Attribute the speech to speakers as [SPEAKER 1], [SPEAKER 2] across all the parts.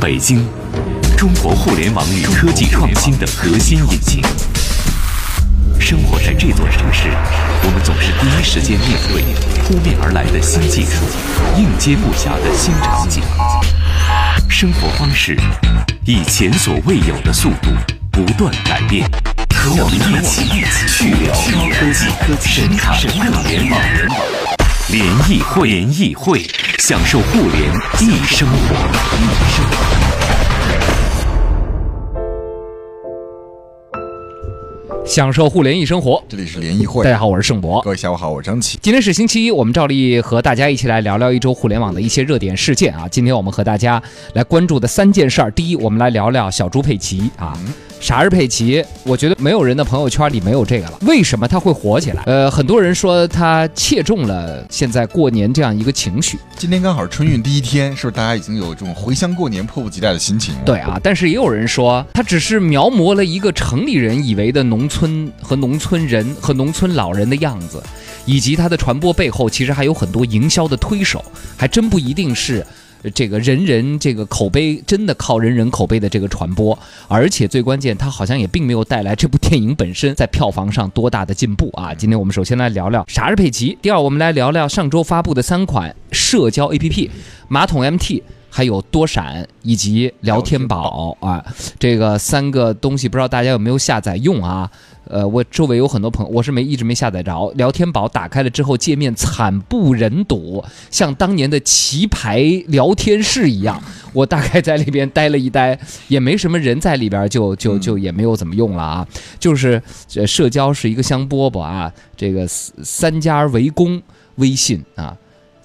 [SPEAKER 1] 北京，中国互联网与科技创新的核心引擎。生活在这座城市，我们总是第一时间面对扑面而来的新技术，应接不暇的新场景。生活方式以前所未有的速度不断改变，和我们一起去聊高科技、神侃互联网。联谊会，联谊会，享受互联易生活。
[SPEAKER 2] 享受互联易生活。
[SPEAKER 3] 这里是联谊会
[SPEAKER 2] 大，家好，我是盛博
[SPEAKER 3] 各。位下午好，我是张琪。
[SPEAKER 2] 今天是星期一，我们照例和大家一起来聊聊一周互联网的一些热点事件啊。今天我们和大家来关注的三件事儿，第一，我们来聊聊小猪佩奇啊。
[SPEAKER 3] 嗯
[SPEAKER 2] 啥是佩奇？我觉得没有人的朋友圈里没有这个了。为什么它会火起来？
[SPEAKER 3] 嗯
[SPEAKER 2] 呃，很多人说它切中了现在过年这样一个情绪，
[SPEAKER 3] 今天刚好是春运第一天，是不是大家已经有这种回乡过年、迫不及待的心情了？
[SPEAKER 2] 对啊。但是也有人说，它只是描摹了一个城里人以为的农村和农村人和农村老人的样子。以及它的传播背后，其实还有很多营销的推手，还真不一定是。呃这个人人这个口碑真的靠人人口碑的这个传播，而且最关键，它好像也并没有带来这部电影本身在票房上多大的进步啊。今天我们首先来聊聊啥是佩奇，第二我们来聊聊上周发布的三款社交 APP，马桶 MT。还有多闪以及聊天宝啊，这个三个东西不知道大家有没有下载用啊？呃，我周围有很多朋友，我是没一直没下载着。聊天宝打开了之后，界面惨不忍睹，像当年的棋牌聊天室一样。我大概在里边待了一待，也没什么人在里边，就就就也没有怎么用了啊。就是呃社交是一个香饽饽啊，这个三三家围攻微信啊。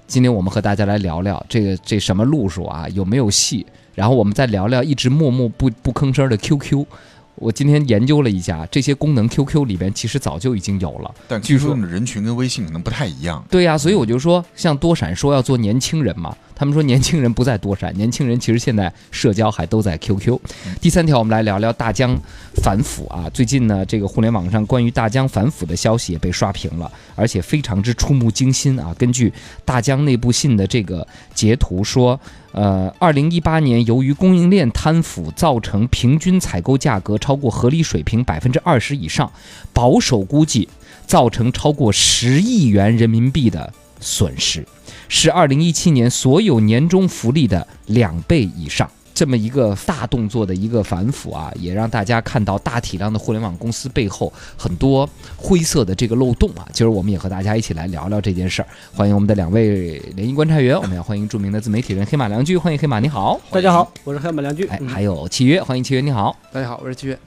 [SPEAKER 2] 今天我们和大家来聊聊这个这什么路数啊，有没有戏？然后我们再聊聊一直默默不不吭声的 QQ。我今天研究了一下，这些功能 QQ 里边其实早就已经有了。
[SPEAKER 3] 但
[SPEAKER 2] 据
[SPEAKER 3] 据
[SPEAKER 2] 说
[SPEAKER 3] 说的人群跟微信可能不太一样。
[SPEAKER 2] 对呀、所以我就说，像多闪说要做年轻人嘛，他们说年轻人不在多闪，年轻人其实现在社交还都在 QQ。第三条，我们来聊聊大疆反腐啊。最近呢，这个互联网上关于大疆反腐的消息也被刷屏了，而且非常之触目惊心啊。根据大疆内部信的这个截图说，呃，二零一八年由于供应链贪腐造成平均采购价格超过合理水平百分之二十以上，保守估计造成超过十亿元人民币的损失，是二零一七年所有年终福利的两倍以上。这么一个大动作的一个反腐啊，也让大家看到大体量的互联网公司背后很多灰色的这个漏洞啊。今儿我们也和大家一起来聊聊这件事儿。欢迎我们的两位联谊观察员，我们要欢迎著名的自媒体人黑马良驹，欢迎黑马，你好。
[SPEAKER 4] 大家好，我是黑马良驹。
[SPEAKER 2] 哎，
[SPEAKER 4] 嗯
[SPEAKER 2] 还有契约，欢迎契约，你好。
[SPEAKER 5] 大家好，我是七月。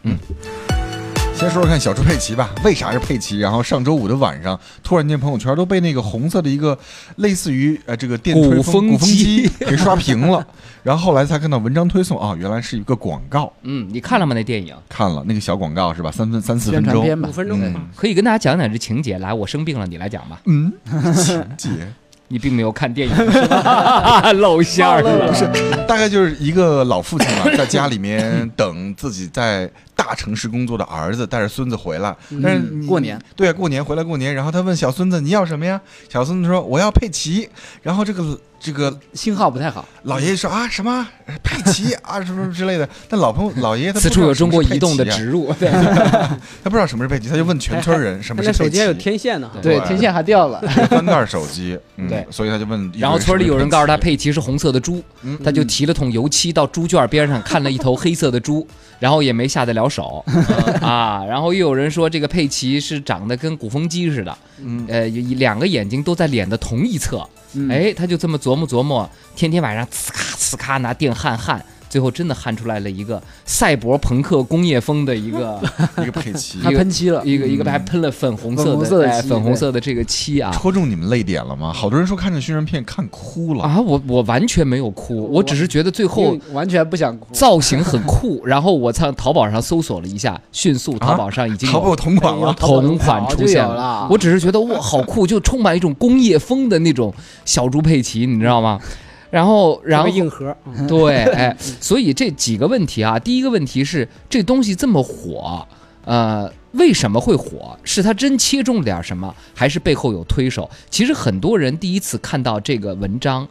[SPEAKER 3] 先说说看小猪佩奇吧，为啥是佩奇？然后上周五的晚上，突然间朋友圈都被那个红色的一个类似于呃这个电推
[SPEAKER 2] 鼓风
[SPEAKER 3] 风鼓风
[SPEAKER 2] 机
[SPEAKER 3] 机 给刷屏了。然后后来才看到文章推送啊，原来是一个广告。
[SPEAKER 2] 嗯，你看了吗？那电影
[SPEAKER 3] 看了那个小广告是吧？三分三四
[SPEAKER 5] 宣
[SPEAKER 3] 分
[SPEAKER 5] 传
[SPEAKER 3] 钟，
[SPEAKER 5] 片吧
[SPEAKER 4] 五，分钟，
[SPEAKER 3] 嗯
[SPEAKER 2] 可以跟大家讲讲这情节。来，我生病了，你来讲吧。
[SPEAKER 3] 嗯，情节。
[SPEAKER 2] 你并没有看电影，是吧 露馅儿了。
[SPEAKER 3] 不是，
[SPEAKER 2] 啊
[SPEAKER 3] 大概就是一个老父亲 嘛，在家里面等自己在大城市工作的儿子带着孙子回来，但是
[SPEAKER 5] 嗯
[SPEAKER 3] 你
[SPEAKER 5] 过年，
[SPEAKER 3] 对啊，过年回来过年，然后他问小孙子你要什么呀？小孙子说我要佩奇，然后这个这个
[SPEAKER 5] 信号不太好。
[SPEAKER 3] 老爷爷说啊什么佩奇啊什么什么之类的，但老朋友老爷爷他不
[SPEAKER 2] 此
[SPEAKER 3] 知
[SPEAKER 2] 处
[SPEAKER 3] 道
[SPEAKER 2] 有中国
[SPEAKER 3] 什么是
[SPEAKER 2] 移动的嗯
[SPEAKER 3] 佩奇啊
[SPEAKER 2] 植入，对
[SPEAKER 3] 他不知道什么是佩奇，他就问全 村人什么
[SPEAKER 4] 他
[SPEAKER 3] 是佩
[SPEAKER 4] 那手
[SPEAKER 3] 奇
[SPEAKER 4] 机，还有天线呢。
[SPEAKER 5] 对，
[SPEAKER 3] 对
[SPEAKER 5] 天线还掉了。
[SPEAKER 3] 翻盖手机，嗯
[SPEAKER 2] 对
[SPEAKER 3] 所以他就问，
[SPEAKER 2] 然后村里有人告诉他，佩奇是红色的猪，
[SPEAKER 3] 嗯
[SPEAKER 2] 他就提了桶油漆到猪圈边上看了一头黑色的猪，然后也没下得了手啊。然后又有人说这个佩奇是长得跟鼓风机似的，呃，有两个眼睛都在脸的同一侧。
[SPEAKER 5] 嗯，
[SPEAKER 2] 哎，他就这么琢磨琢磨，天天晚上呲咔呲咔拿电焊焊，最后真的焊出来了一个赛博朋克工业风的一个
[SPEAKER 3] 一个佩奇，
[SPEAKER 5] 还喷漆了。
[SPEAKER 2] 一个一个还喷了粉红色
[SPEAKER 5] 嗯粉红
[SPEAKER 2] 的
[SPEAKER 5] 色的
[SPEAKER 2] 哎
[SPEAKER 5] 漆
[SPEAKER 2] 粉红
[SPEAKER 5] 对
[SPEAKER 2] 色的这个漆啊。
[SPEAKER 3] 戳中你们泪点了吗？好多人说看着宣传片看哭了。
[SPEAKER 2] 啊，我我完全没有哭，我只是觉得最后
[SPEAKER 5] 后完全不想哭，
[SPEAKER 2] 造型很酷，然后我上淘宝上搜索了一下，迅
[SPEAKER 5] 啊
[SPEAKER 2] 速淘宝上已经
[SPEAKER 3] 淘宝
[SPEAKER 2] 有
[SPEAKER 3] 同款了，
[SPEAKER 2] 同款
[SPEAKER 5] 早
[SPEAKER 2] 出
[SPEAKER 5] 就
[SPEAKER 2] 现
[SPEAKER 5] 有了
[SPEAKER 2] 我只是觉得哇，好酷，就充满一种工业风的那种小猪佩奇，你知道吗？然后，然后
[SPEAKER 4] 特别硬核，嗯
[SPEAKER 2] 对，哎，所以这几个问题啊，第一个问题是这东西这么火，呃，为什么会火？是它真切中了点什么，还是背后有推手？其实很多人第一次看到这个文章。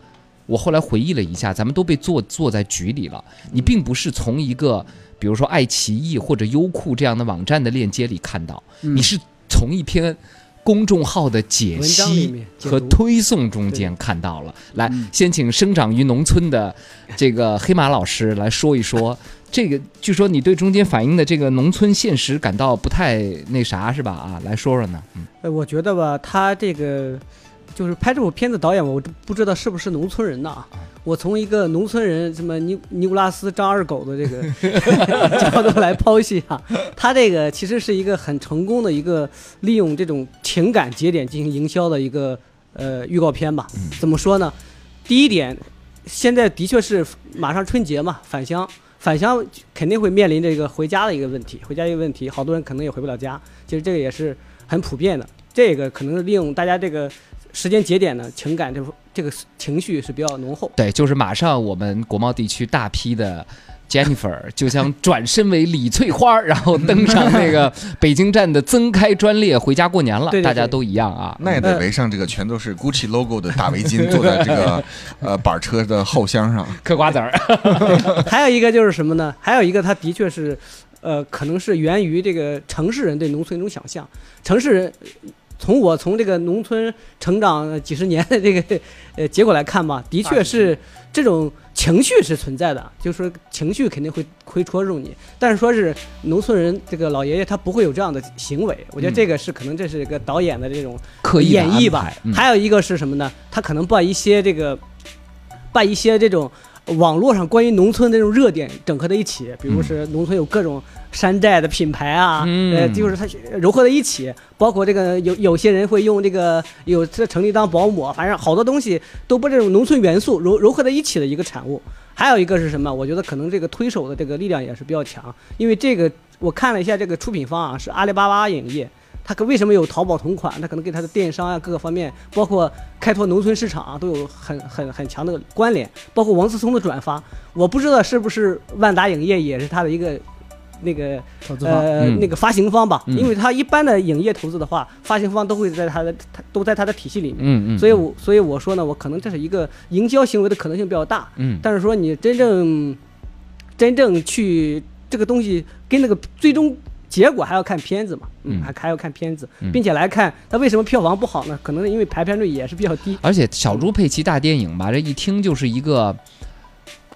[SPEAKER 2] 我后来回忆了一下，咱们都被坐坐在局里了，你并不是从一个比如说爱奇艺或者优酷这样的网站的链接里看到，
[SPEAKER 5] 嗯
[SPEAKER 2] 你是从一篇。公众号的解嗯
[SPEAKER 4] 文章里
[SPEAKER 2] 析
[SPEAKER 4] 面解
[SPEAKER 2] 和
[SPEAKER 4] 读
[SPEAKER 2] 推送中间看到了。来，先请生长于农村的这个黑马老师来说一说这个。据说你对中间反映的这个农村现实感到不太那啥是吧？啊，来说说呢。嗯
[SPEAKER 4] 呃，我觉得吧，他这个就是拍这部片子导演，我都不知道是不是农村人呐、我从一个农村人，什么尼尼古拉斯张二狗的这个 角度来剖析啊，他这个其实是一个很成功的一个利用这种情感节点进行营销的一个呃预告片吧。怎么说呢？第一点，现在的确是马上春节嘛，返乡，返乡肯定会面临这个回家的一个问题，回家一个问题，好多人可能也回不了家。其实这个也是很普遍的，这个可能是利用大家这个时间节点呢，情感这这个情绪是比较浓厚。
[SPEAKER 2] 对，就是马上我们国贸地区大批的 Jennifer 就将转身为李翠花儿，然后登上那个北京站的增开专列回家过年了。
[SPEAKER 4] 对对对
[SPEAKER 2] 大家都一样啊。
[SPEAKER 3] 那也得围上这个全都是 GUCCI logo 的大围巾，坐在这个呃板车的后厢上。
[SPEAKER 2] 嗑瓜子儿，
[SPEAKER 4] 还有一个就是什么呢？还有一个，它的确是，呃，可能是源于这个城市人对农村一种想象。城市人，从我从这个农村成长几十年的这个呃结果来看吧，的确是这种情绪是存在的，就是说情绪肯定会会戳中你。但是说是农村人这个老爷爷他不会有这样的行为，我觉得这个是可能这是一个导演的这种
[SPEAKER 2] 刻意地
[SPEAKER 4] 演绎
[SPEAKER 2] 安
[SPEAKER 4] 吧
[SPEAKER 2] 排。嗯
[SPEAKER 4] 还有一个是什么呢？他可能把一些这个，把一些这种呃网络上关于农村的这种热点整合在一起，比如是农村有各种山寨的品牌啊，
[SPEAKER 2] 嗯
[SPEAKER 4] 呃，就是它糅合在一起，包括这个有有些人会用这个有这成立当保姆，反正好多东西都把这种农村元素糅糅合在一起的一个产物。还有一个是什么？我觉得可能这个推手的这个力量也是比较强，因为这个我看了一下这个出品方啊，是阿里巴巴影业。它可为什么有淘宝同款？它可能跟它的电商啊各个方面，包括开拓农村市场啊，都有很很很强的关联。包括王思聪的转发，我不知道是不是万达影业也是它的一个那个
[SPEAKER 5] 投资方，
[SPEAKER 4] 呃
[SPEAKER 2] 嗯
[SPEAKER 4] 那个发行方吧，
[SPEAKER 2] 嗯
[SPEAKER 4] 因为它一般的影业投资的话，发行方都会在它的它都在它的体系里面。
[SPEAKER 2] 嗯嗯，
[SPEAKER 4] 所以我所以我说呢，我可能这是一个营销行为的可能性比较大。
[SPEAKER 2] 嗯，
[SPEAKER 4] 但是说你真正真正去这个东西跟那个最终结果还要看片子嘛，
[SPEAKER 2] 嗯
[SPEAKER 4] 还还要看片子
[SPEAKER 2] 嗯，
[SPEAKER 4] 并且来看它为什么票房不好呢？可能是因为排片率也是比较低。
[SPEAKER 2] 而且小猪佩奇大电影吧，这一听就是一个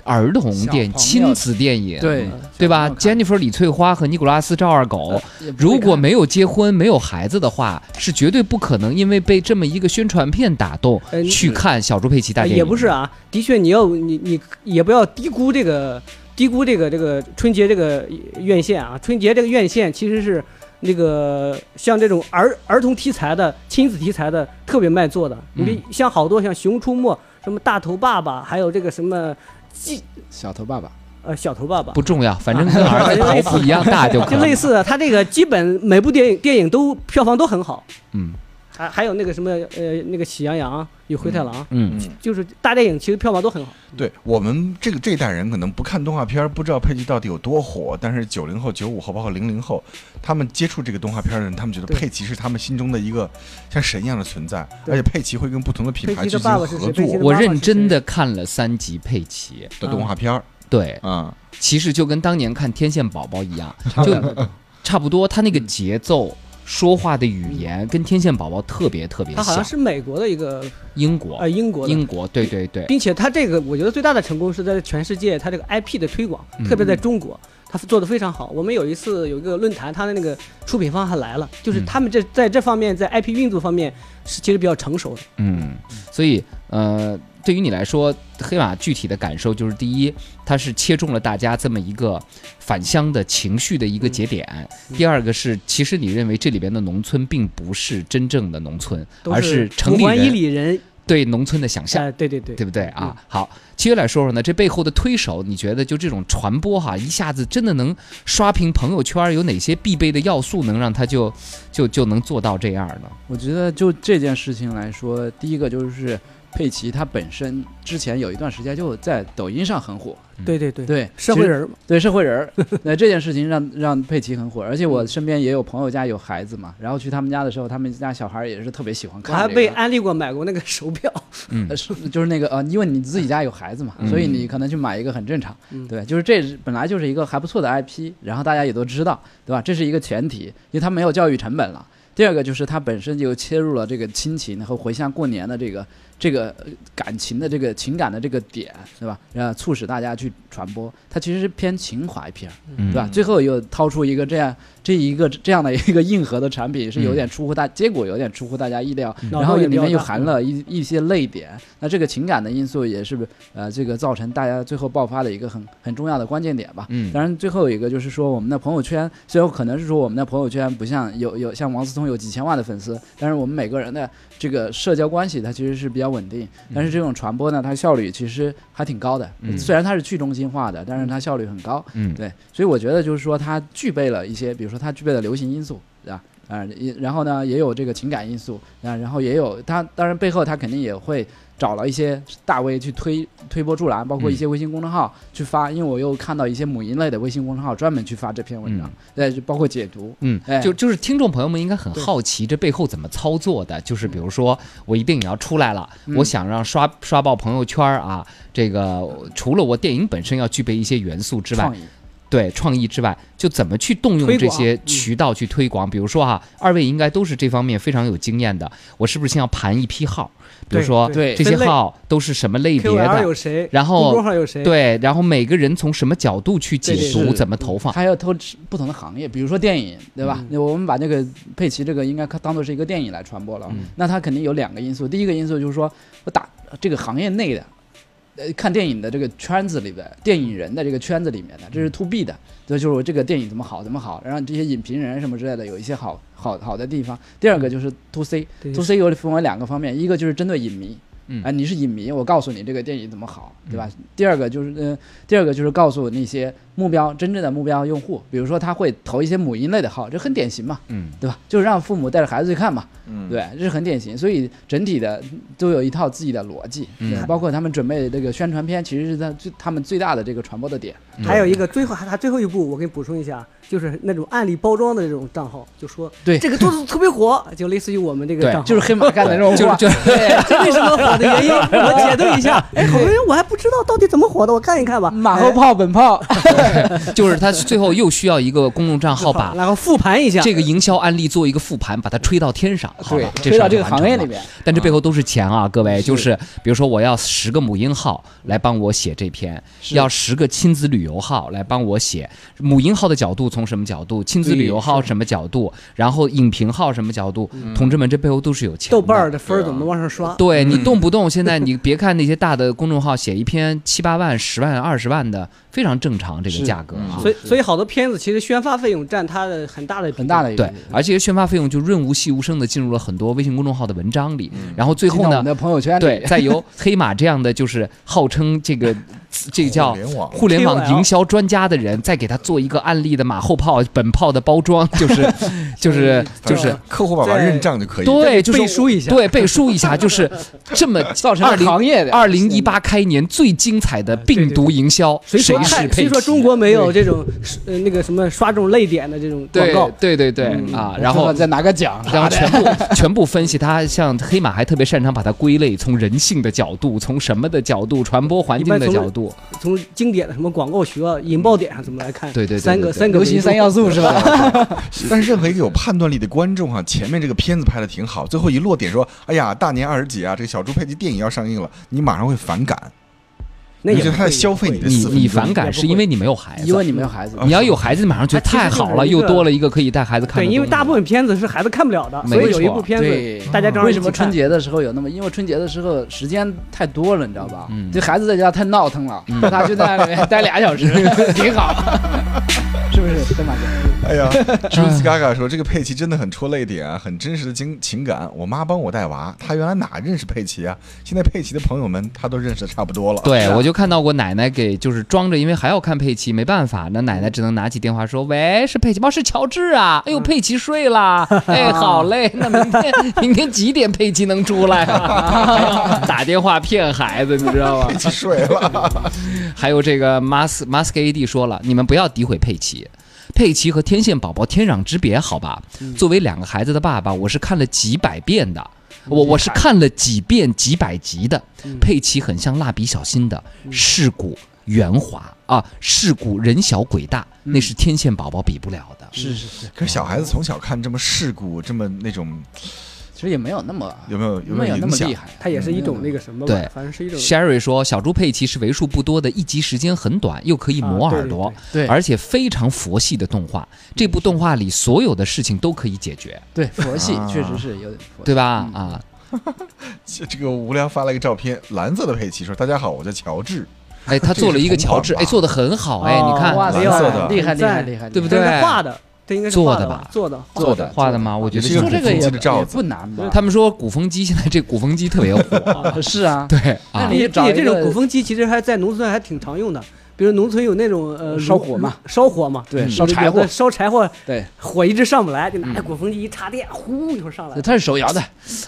[SPEAKER 2] 儿童电
[SPEAKER 5] 小朋友
[SPEAKER 2] 亲子电影，
[SPEAKER 5] 对
[SPEAKER 2] 对吧
[SPEAKER 5] 小朋友看
[SPEAKER 2] ？Jennifer 李翠花和尼古拉斯赵二狗，
[SPEAKER 5] 也不会
[SPEAKER 2] 如果
[SPEAKER 5] 看
[SPEAKER 2] 没有结婚、没有孩子的话，是绝对不可能因为被这么一个宣传片打动、
[SPEAKER 4] 呃你
[SPEAKER 2] 去看小猪佩奇大
[SPEAKER 4] 呃
[SPEAKER 2] 电影。
[SPEAKER 4] 也不是啊，的确你要你你也不要低估这个低估这个这个春节这个院线啊，春节这个院线其实是那个像这种儿儿童题材的、亲子题材的特别卖座的，
[SPEAKER 2] 嗯
[SPEAKER 4] 你比像好多像《熊出没》、什么大头爸爸，还有这个什么鸡
[SPEAKER 5] 小头爸爸，
[SPEAKER 4] 呃小头爸爸，
[SPEAKER 2] 不重 要，反正跟儿子头不一样大就可
[SPEAKER 4] 就类
[SPEAKER 2] 以。
[SPEAKER 4] 似的，他这个基本每部电影电影都票房都很好，
[SPEAKER 2] 嗯
[SPEAKER 4] 还还有那个什么呃那个喜羊羊与灰太狼，
[SPEAKER 2] 嗯，
[SPEAKER 4] 就是大电影其实票房都很好。
[SPEAKER 3] 对我们这个这一代人可能不看动画片儿，不知道佩奇到底有多火。但是九零后、九五后，包括零零后，他们接触这个动画片儿的人，他们觉得
[SPEAKER 4] 对
[SPEAKER 3] 佩奇是他们心中的一个像神一样的存在，
[SPEAKER 4] 对
[SPEAKER 3] 而且佩奇会跟不同的品牌
[SPEAKER 4] 佩
[SPEAKER 3] 去
[SPEAKER 4] 奇
[SPEAKER 3] 进
[SPEAKER 4] 的爸爸
[SPEAKER 3] 行
[SPEAKER 4] 是谁
[SPEAKER 3] 合
[SPEAKER 4] 佩奇
[SPEAKER 3] 作
[SPEAKER 4] 的
[SPEAKER 2] 我认真的看了三集佩奇，
[SPEAKER 3] 的动画片儿
[SPEAKER 2] 对，
[SPEAKER 3] 啊、
[SPEAKER 2] 其实就跟当年看《天线宝宝》一样，
[SPEAKER 5] 不
[SPEAKER 2] 就
[SPEAKER 5] 多
[SPEAKER 2] 差不多，他那个节奏。说话的语言跟天线宝宝特别特别
[SPEAKER 4] 他好
[SPEAKER 2] 像
[SPEAKER 4] 像，是美国的一个
[SPEAKER 2] 英国
[SPEAKER 4] 呃，英国的，
[SPEAKER 2] 哦英国，对对对，
[SPEAKER 4] 并且他这个我觉得最大的成功是在全世界他这个 IP 的推广，
[SPEAKER 2] 嗯
[SPEAKER 4] 特别在中国。他做的非常好。我们有一次有一个论坛，他的那个出品方还来了，就是
[SPEAKER 2] 嗯
[SPEAKER 4] 他们这在这方面，在 IP 运作方面是其实比较成熟的。
[SPEAKER 2] 嗯，所以呃，对于你来说，黑马具体的感受就是，第一，它是切中了大家这么一个返乡的情绪的一个节点；
[SPEAKER 4] 嗯
[SPEAKER 2] 第二个是，其实你认为这里边的农村并不是真正的农村，
[SPEAKER 4] 都
[SPEAKER 2] 而是城
[SPEAKER 4] 五
[SPEAKER 2] 里
[SPEAKER 4] 环以
[SPEAKER 2] 人
[SPEAKER 4] 里人，
[SPEAKER 2] 对农村的想象。
[SPEAKER 4] 哎，对对对，
[SPEAKER 2] 对不对啊？
[SPEAKER 5] 嗯
[SPEAKER 2] 好，接下来说说呢，这背后的推手，你觉得就这种传播哈，一下子真的能刷屏朋友圈，有哪些必备的要素能让他就就就能做到这样呢？
[SPEAKER 5] 我觉得就这件事情来说，第一个就是佩奇他本身之前有一段时间就在抖音上很火，
[SPEAKER 4] 对对
[SPEAKER 2] 嗯
[SPEAKER 4] 对，
[SPEAKER 5] 对
[SPEAKER 4] 社会，人儿嘛，
[SPEAKER 5] 对社会 人儿，那这件事情让让佩奇很火，而且我
[SPEAKER 4] 嗯
[SPEAKER 5] 身边也有朋友家有孩子嘛，然后去他们家的时候，他们家小孩儿也是特别喜欢
[SPEAKER 4] 我
[SPEAKER 5] 看、这个，
[SPEAKER 4] 还被安利过买过那个手表，
[SPEAKER 2] 嗯
[SPEAKER 5] 呃，是就是那个呃，因为你自己家有孩子嘛，
[SPEAKER 2] 嗯
[SPEAKER 5] 所以你可能去买一个很正常，
[SPEAKER 4] 嗯
[SPEAKER 5] 对，就是这是本来就是一个还不错的 IP，然后大家也都知道，对吧？这是一个前提，因为它没有教育成本了。第二个就是它本身就切入了这个亲情和回乡过年的这个这个呃感情的这个情感的这个点，对吧？然后促使大家去传播，它其实是偏情怀片儿，
[SPEAKER 2] 嗯
[SPEAKER 5] 对吧？最后又掏出一个这样这一个这样的一个硬核的产品，
[SPEAKER 2] 嗯
[SPEAKER 5] 是有点出乎大，结果有点出乎大家意料，
[SPEAKER 4] 脑
[SPEAKER 5] 然后
[SPEAKER 4] 洞也
[SPEAKER 5] 里
[SPEAKER 4] 比较
[SPEAKER 5] 面又
[SPEAKER 4] 大
[SPEAKER 5] 含了一一些泪点，那这个情感的因素也是呃这个造成大家最后爆发的一个很很重要的关键点吧。
[SPEAKER 2] 嗯
[SPEAKER 5] 当然最后一个就是说我们的朋友圈，虽然可能是说我们的朋友圈不像有有像王思聪有几千万的粉丝，但是我们每个人的这个社交关系它其实是比较稳定，但是这种传播呢，它效率其实还挺高的，
[SPEAKER 2] 嗯
[SPEAKER 5] 虽然它是去中心化的，但是它效率很高。
[SPEAKER 2] 嗯
[SPEAKER 5] 对，所以我觉得就是说，它具备了一些，比如说它具备了流行因素，对吧？啊、也然后呢，也有这个情感因素，啊、然后也有它，当然背后它肯定也会找了一些大 V 去推推波助澜，包括一
[SPEAKER 2] 嗯
[SPEAKER 5] 些微信公众号去发，因为我又看到一些母婴类的微信公众号专门去发这篇文章，对，包括解读，
[SPEAKER 2] 嗯
[SPEAKER 5] 哎，
[SPEAKER 2] 就就是听众朋友们应该很好奇这背后怎么操作的，就是比如说我一定也要出来了，
[SPEAKER 5] 嗯
[SPEAKER 2] 我想让刷刷爆朋友圈啊，这个除了我电影本身要具备一些元素之外
[SPEAKER 5] 创，意，
[SPEAKER 2] 对创意之外，就怎么去动用
[SPEAKER 4] 推
[SPEAKER 2] 这
[SPEAKER 4] 广
[SPEAKER 2] 些
[SPEAKER 4] 嗯
[SPEAKER 2] 渠道去推广？比如说哈、二位应该都是这方面非常有经验的，我是不是先要盘一批号？比如
[SPEAKER 4] 对
[SPEAKER 2] 说
[SPEAKER 5] 对
[SPEAKER 2] 这些
[SPEAKER 4] 分类
[SPEAKER 2] 号都是什么类别
[SPEAKER 4] KOL
[SPEAKER 2] 的？
[SPEAKER 4] 有谁，
[SPEAKER 2] 然后
[SPEAKER 4] 公众号有谁，
[SPEAKER 2] 对，然后每个人从什么角度去解
[SPEAKER 5] 对
[SPEAKER 2] 读，
[SPEAKER 5] 是
[SPEAKER 2] 怎么投放？嗯
[SPEAKER 5] 还有透支不同的行业，比如说电影，对吧？那我们把这个佩奇这个应该看当做是一个电影来传播了。
[SPEAKER 2] 嗯
[SPEAKER 5] 那它肯定有两个因素，第一个因素就是说我打这个行业内的，呃，看电影的这个圈子里边，电影人的这个圈子里面的，
[SPEAKER 2] 嗯
[SPEAKER 5] 这是 to B 的，这就是我这个电影怎么好怎么好，然后这些影评人什么之类的有一些好好好的地方。第二个就是 to C，to
[SPEAKER 4] 对
[SPEAKER 5] C 有分为两个方面，一个就是针对影迷。
[SPEAKER 2] 嗯
[SPEAKER 5] 啊，你是影迷，我告诉你这个电影怎么好，对吧？第二个就是，嗯、第二个就是告诉那些目标真正的目标用户，比如说他会投一些母婴类的号，这很典型嘛，
[SPEAKER 2] 嗯，
[SPEAKER 5] 对吧？就是让父母带着孩子去看嘛，
[SPEAKER 3] 嗯，
[SPEAKER 5] 对，这是很典型。所以整体的都有一套自己的逻辑，
[SPEAKER 2] 嗯
[SPEAKER 5] 对包括他们准备这个宣传片，其实是他最他们最大的这个传播的点。
[SPEAKER 2] 嗯
[SPEAKER 4] 还有一个最后还还最后一步，我给你补充一下，就是那种案例包装的这种账号，就说
[SPEAKER 5] 对
[SPEAKER 4] 这个都是特别火，就类似于我们这个
[SPEAKER 2] 对
[SPEAKER 4] 账号，
[SPEAKER 5] 就是黑马干的这 种
[SPEAKER 2] 就
[SPEAKER 5] 话，
[SPEAKER 2] 是就是
[SPEAKER 4] 对，这为什么火的原因，我解读 一下。哎，好像我还不知道到底怎么火的，我看一看吧。
[SPEAKER 5] 马后炮 本炮，
[SPEAKER 2] 就是他最后又需要一个公众账 号
[SPEAKER 4] 吧，
[SPEAKER 2] 把
[SPEAKER 4] 哎然后复盘一下
[SPEAKER 2] 这个营销案例做一个复盘，把它吹到天上，好
[SPEAKER 5] 对
[SPEAKER 2] 了，，
[SPEAKER 5] 推
[SPEAKER 2] 事儿
[SPEAKER 5] 到这
[SPEAKER 2] 就完
[SPEAKER 5] 个
[SPEAKER 2] 成
[SPEAKER 5] 行业
[SPEAKER 2] 了
[SPEAKER 5] 里。边。
[SPEAKER 2] 但这背后都是钱啊，各位，
[SPEAKER 5] 是
[SPEAKER 2] 就是比如说我要十个母婴号来帮我写这篇，
[SPEAKER 5] 是
[SPEAKER 2] 要十个亲子旅游号来帮我写母婴号的角度从什么角度，亲子旅游号什么角度，然后影评号什么角度，
[SPEAKER 5] 嗯
[SPEAKER 2] 同志们，这背后都是有钱的。
[SPEAKER 4] 豆瓣儿的分儿怎么能往上刷？
[SPEAKER 2] 对
[SPEAKER 5] 嗯
[SPEAKER 2] 你动不动现在你 别看那些大的公众号写一篇七八万、十万、二十万的，非常正常这个
[SPEAKER 5] 是
[SPEAKER 2] 价格啊。
[SPEAKER 4] 所以，所以好多片子其实宣发费用占它的很大的
[SPEAKER 5] 很大
[SPEAKER 4] 的。
[SPEAKER 5] 的一个
[SPEAKER 2] 对，而且宣发费用就润物细无声的进入了很多微信公众号的文章里，然后最
[SPEAKER 5] 嗯进到
[SPEAKER 2] 后
[SPEAKER 5] 我
[SPEAKER 2] 呢
[SPEAKER 5] 们，的朋友圈里，
[SPEAKER 2] 对，再由黑马这样的就是号称这个这个叫
[SPEAKER 3] 互联网
[SPEAKER 2] 互联网
[SPEAKER 4] KOL
[SPEAKER 2] 营销专家的人，再给他做一个案例的马后炮、本炮的包装， 就是就是就是。
[SPEAKER 3] 客户把玩认账就可以。
[SPEAKER 2] 对，就是
[SPEAKER 4] 背书一下
[SPEAKER 2] 对，背书一下，就是这么造
[SPEAKER 5] 成了行业的
[SPEAKER 2] 二零一八开年最精彩的病毒营销，
[SPEAKER 4] 谁
[SPEAKER 2] 谁
[SPEAKER 4] 说
[SPEAKER 2] 是
[SPEAKER 4] 谁
[SPEAKER 2] 佩奇？
[SPEAKER 4] 说中国没有这种呃那个什么刷这种泪点的这种广
[SPEAKER 2] 对
[SPEAKER 4] 告？
[SPEAKER 2] 对对对
[SPEAKER 4] 嗯
[SPEAKER 2] 啊，
[SPEAKER 5] 我
[SPEAKER 2] 然
[SPEAKER 5] 看
[SPEAKER 2] 后
[SPEAKER 5] 看再拿个奖 啊
[SPEAKER 2] 然
[SPEAKER 5] 啥
[SPEAKER 2] 后
[SPEAKER 5] 的，
[SPEAKER 2] 全部全部分析，他像黑马还特别擅长把它归类，从人性的角度，从什么的角度，传播环境的角度，
[SPEAKER 4] 从经典的什么广告学啊、引爆点上怎么来看？
[SPEAKER 2] 对对对
[SPEAKER 4] 三
[SPEAKER 2] 对
[SPEAKER 4] 个
[SPEAKER 2] 对
[SPEAKER 4] 三个
[SPEAKER 5] 流行
[SPEAKER 4] 维度
[SPEAKER 5] 三要素是吧？
[SPEAKER 3] 但是任何一个有判断力的观众哈、前面这个片子拍的挺好，最后一落点说，哎呀，大年二十几啊，这个小猪佩奇电影要上映了，你马上会反感，
[SPEAKER 4] 那
[SPEAKER 3] 你
[SPEAKER 4] 也
[SPEAKER 3] 觉得
[SPEAKER 4] 不
[SPEAKER 3] 他在
[SPEAKER 4] 会
[SPEAKER 3] 消费你的
[SPEAKER 2] 你
[SPEAKER 3] 四分
[SPEAKER 2] 你
[SPEAKER 3] 钟
[SPEAKER 2] 反感是因为你没有孩
[SPEAKER 5] 因为
[SPEAKER 2] 子，
[SPEAKER 5] 你没有孩子，
[SPEAKER 2] 你要有孩子，你马上觉得太好了，又多了一个可以带孩子看的
[SPEAKER 4] 对，
[SPEAKER 2] 东西。
[SPEAKER 4] 因为大部分片子是孩子看不了的，
[SPEAKER 2] 没
[SPEAKER 4] 所以有一
[SPEAKER 2] 错
[SPEAKER 4] 部片
[SPEAKER 5] 对
[SPEAKER 4] 子大家正好
[SPEAKER 5] 为
[SPEAKER 4] 一
[SPEAKER 5] 什 么
[SPEAKER 4] 起看
[SPEAKER 5] 春节的时候有那么？因为春节的时候时间太多了，你知道吧？
[SPEAKER 2] 嗯
[SPEAKER 5] 这 孩子在家太闹腾了，他就在那里面待俩小时，挺好，是不是？对马 哥，
[SPEAKER 3] 哎 呀 j u i c g a g a 说这个佩奇真的很戳泪点啊，很真实的情情感。我妈帮我带娃，她原来哪认识佩奇啊？现在佩奇的朋友们，她都认识的差不多了。
[SPEAKER 2] 对，我
[SPEAKER 3] 就
[SPEAKER 2] 就看到过奶奶给就是装着，因为还要看佩奇，没办法，那奶奶只能拿起电话说：“喂，是佩奇吗？是乔治啊！哎呦，佩奇睡了，哎，好嘞，那明天明天几点佩奇能出来啊？” 打电话骗孩子，你知道吗
[SPEAKER 3] 佩？奇睡了。
[SPEAKER 2] 还有这个 Mas Mask AD 说了，你们不要诋毁佩奇。佩奇和天线宝宝天壤之别，好吧？
[SPEAKER 4] 嗯
[SPEAKER 2] 作为两个孩子的爸爸，我是看了几百遍的，
[SPEAKER 4] 嗯
[SPEAKER 2] 我我是看了几遍几百集的。佩奇很像蜡笔小新的
[SPEAKER 4] 嗯
[SPEAKER 2] 世故圆滑啊，世故人小鬼大，
[SPEAKER 4] 嗯
[SPEAKER 2] 那是天线宝宝比不了的。
[SPEAKER 5] 是是是，
[SPEAKER 3] 可是小孩子从小看这么世故，这么那种，
[SPEAKER 5] 其实也没有那么
[SPEAKER 3] 有没有有
[SPEAKER 5] 没有
[SPEAKER 3] 影
[SPEAKER 5] 那么
[SPEAKER 3] 响
[SPEAKER 5] 厉？害，
[SPEAKER 4] 它也是一种那个什么吧，
[SPEAKER 2] 对
[SPEAKER 4] 反正是一种
[SPEAKER 2] Sherry 说，小猪佩奇是为数不多的一集时间很短，又可以磨
[SPEAKER 4] 啊对
[SPEAKER 2] 耳朵，
[SPEAKER 5] 对
[SPEAKER 2] 而且非常佛系的动画。这部动画里所有的事情都可以解决，
[SPEAKER 5] 对佛系
[SPEAKER 3] 啊
[SPEAKER 5] 确实是有点佛系，
[SPEAKER 2] 对吧？
[SPEAKER 5] 嗯
[SPEAKER 2] 啊，
[SPEAKER 3] 这这个无聊发了一个照片，蓝色的佩奇说：“大家好，我叫乔治。
[SPEAKER 2] 哎，他做了一个乔治，
[SPEAKER 3] 这
[SPEAKER 2] 哎，
[SPEAKER 3] 是
[SPEAKER 2] 做的很好，哎，
[SPEAKER 4] 哦
[SPEAKER 2] 你看
[SPEAKER 5] 哇塞，
[SPEAKER 3] 蓝色的
[SPEAKER 5] 厉害厉害
[SPEAKER 4] 很赞
[SPEAKER 5] 厉害，
[SPEAKER 2] 对不
[SPEAKER 4] 这
[SPEAKER 2] 对
[SPEAKER 4] 是画的，这应该是
[SPEAKER 2] 做
[SPEAKER 4] 画
[SPEAKER 2] 的
[SPEAKER 4] 的
[SPEAKER 2] 吧
[SPEAKER 4] 做的，
[SPEAKER 5] 做的
[SPEAKER 2] 画的吗？我觉得
[SPEAKER 3] 也是
[SPEAKER 2] 是
[SPEAKER 5] 做这个
[SPEAKER 3] 古
[SPEAKER 5] 也
[SPEAKER 3] 风机的罩
[SPEAKER 5] 也
[SPEAKER 3] 子
[SPEAKER 5] 不难吧？
[SPEAKER 2] 他们说鼓风机现在这鼓风机特别火，
[SPEAKER 5] 们是 啊，
[SPEAKER 2] 对啊
[SPEAKER 5] 那你
[SPEAKER 4] 也
[SPEAKER 5] 找一
[SPEAKER 4] 也这种
[SPEAKER 5] 个
[SPEAKER 4] 鼓风机其实还在农村还挺常用的，比如农村有那种呃
[SPEAKER 5] 烧
[SPEAKER 4] 炉
[SPEAKER 5] 火嘛，
[SPEAKER 4] 烧火嘛，
[SPEAKER 5] 对
[SPEAKER 4] 嗯
[SPEAKER 5] 烧柴火
[SPEAKER 4] 有的烧柴火，
[SPEAKER 5] 对，嗯
[SPEAKER 4] 火一直上不来，就拿鼓风机一插电，呼一会儿上来了。
[SPEAKER 5] 它是手摇的，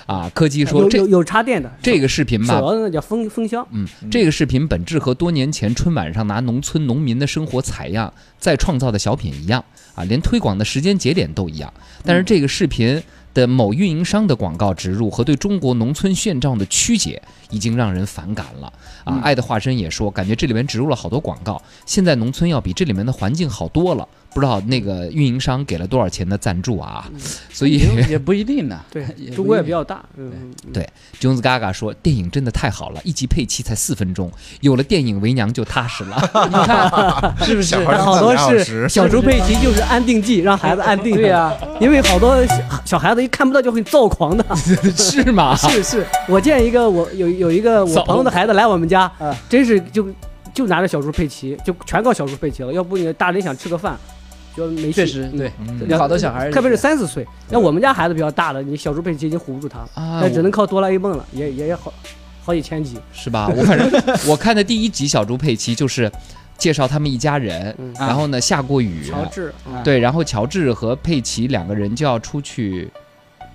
[SPEAKER 2] 啊！柯基说
[SPEAKER 4] 有有
[SPEAKER 2] 这
[SPEAKER 4] 有插电的，
[SPEAKER 2] 这个视频
[SPEAKER 4] 手
[SPEAKER 2] 吧，
[SPEAKER 4] 摇的那叫风风箱，
[SPEAKER 2] 嗯，这个视频本质和多年前春晚上拿农村农民的生活采样再创造的小品一样啊，连推广的时间节点都一样。但是这个视频的某运营商的广告植入和对中国农村现状的曲解，已经让人反感了啊！爱的化身也说，感觉这里面植入了好多广告，现在农村要比这里面的环境好多了。不知道那个运营商给了多少钱的赞助啊？所以
[SPEAKER 5] 也 也不一定呢。
[SPEAKER 4] 对
[SPEAKER 5] 也，
[SPEAKER 4] 中国也
[SPEAKER 5] 不
[SPEAKER 4] 比
[SPEAKER 5] 一定
[SPEAKER 4] 较大，嗯，嗯
[SPEAKER 2] 对，Jones Gaga 说电影真的太好了，一集佩奇才四分钟，有了电影为娘就踏实了。
[SPEAKER 5] 你 看是不是
[SPEAKER 3] 小？孩儿
[SPEAKER 4] 好多
[SPEAKER 3] 看俩小
[SPEAKER 4] 是
[SPEAKER 3] 时
[SPEAKER 4] 小猪佩奇就是安定剂，让孩子安定。
[SPEAKER 5] 对呀，
[SPEAKER 4] 因为好多小小孩子一看不到就会躁狂的。
[SPEAKER 2] 是吗？
[SPEAKER 4] 是是，我见一个我有有一个
[SPEAKER 2] 走
[SPEAKER 4] 我朋友的孩子来我们家
[SPEAKER 5] 啊，
[SPEAKER 4] 真是就就拿着小猪佩奇，就全靠小猪佩奇了。要不你大人想吃个饭，就没戏
[SPEAKER 5] 确实
[SPEAKER 4] 嗯
[SPEAKER 5] 对，
[SPEAKER 2] 嗯
[SPEAKER 4] 两
[SPEAKER 5] 好多小孩儿也
[SPEAKER 4] 特别是
[SPEAKER 5] 是
[SPEAKER 4] 三四岁，那我们家孩子比较大的，你小猪佩奇已经唬不住他了，
[SPEAKER 2] 啊，
[SPEAKER 4] 那只
[SPEAKER 2] 我
[SPEAKER 4] 能靠哆啦 A 梦了，也也也好好几千集。
[SPEAKER 2] 是吧？我反正我看的第一集小猪佩奇就是介绍他们一家人，
[SPEAKER 4] 嗯，
[SPEAKER 5] 啊
[SPEAKER 2] 然后呢下过雨，
[SPEAKER 4] 乔治，嗯
[SPEAKER 2] 对，然后乔治和佩奇两个人就要出去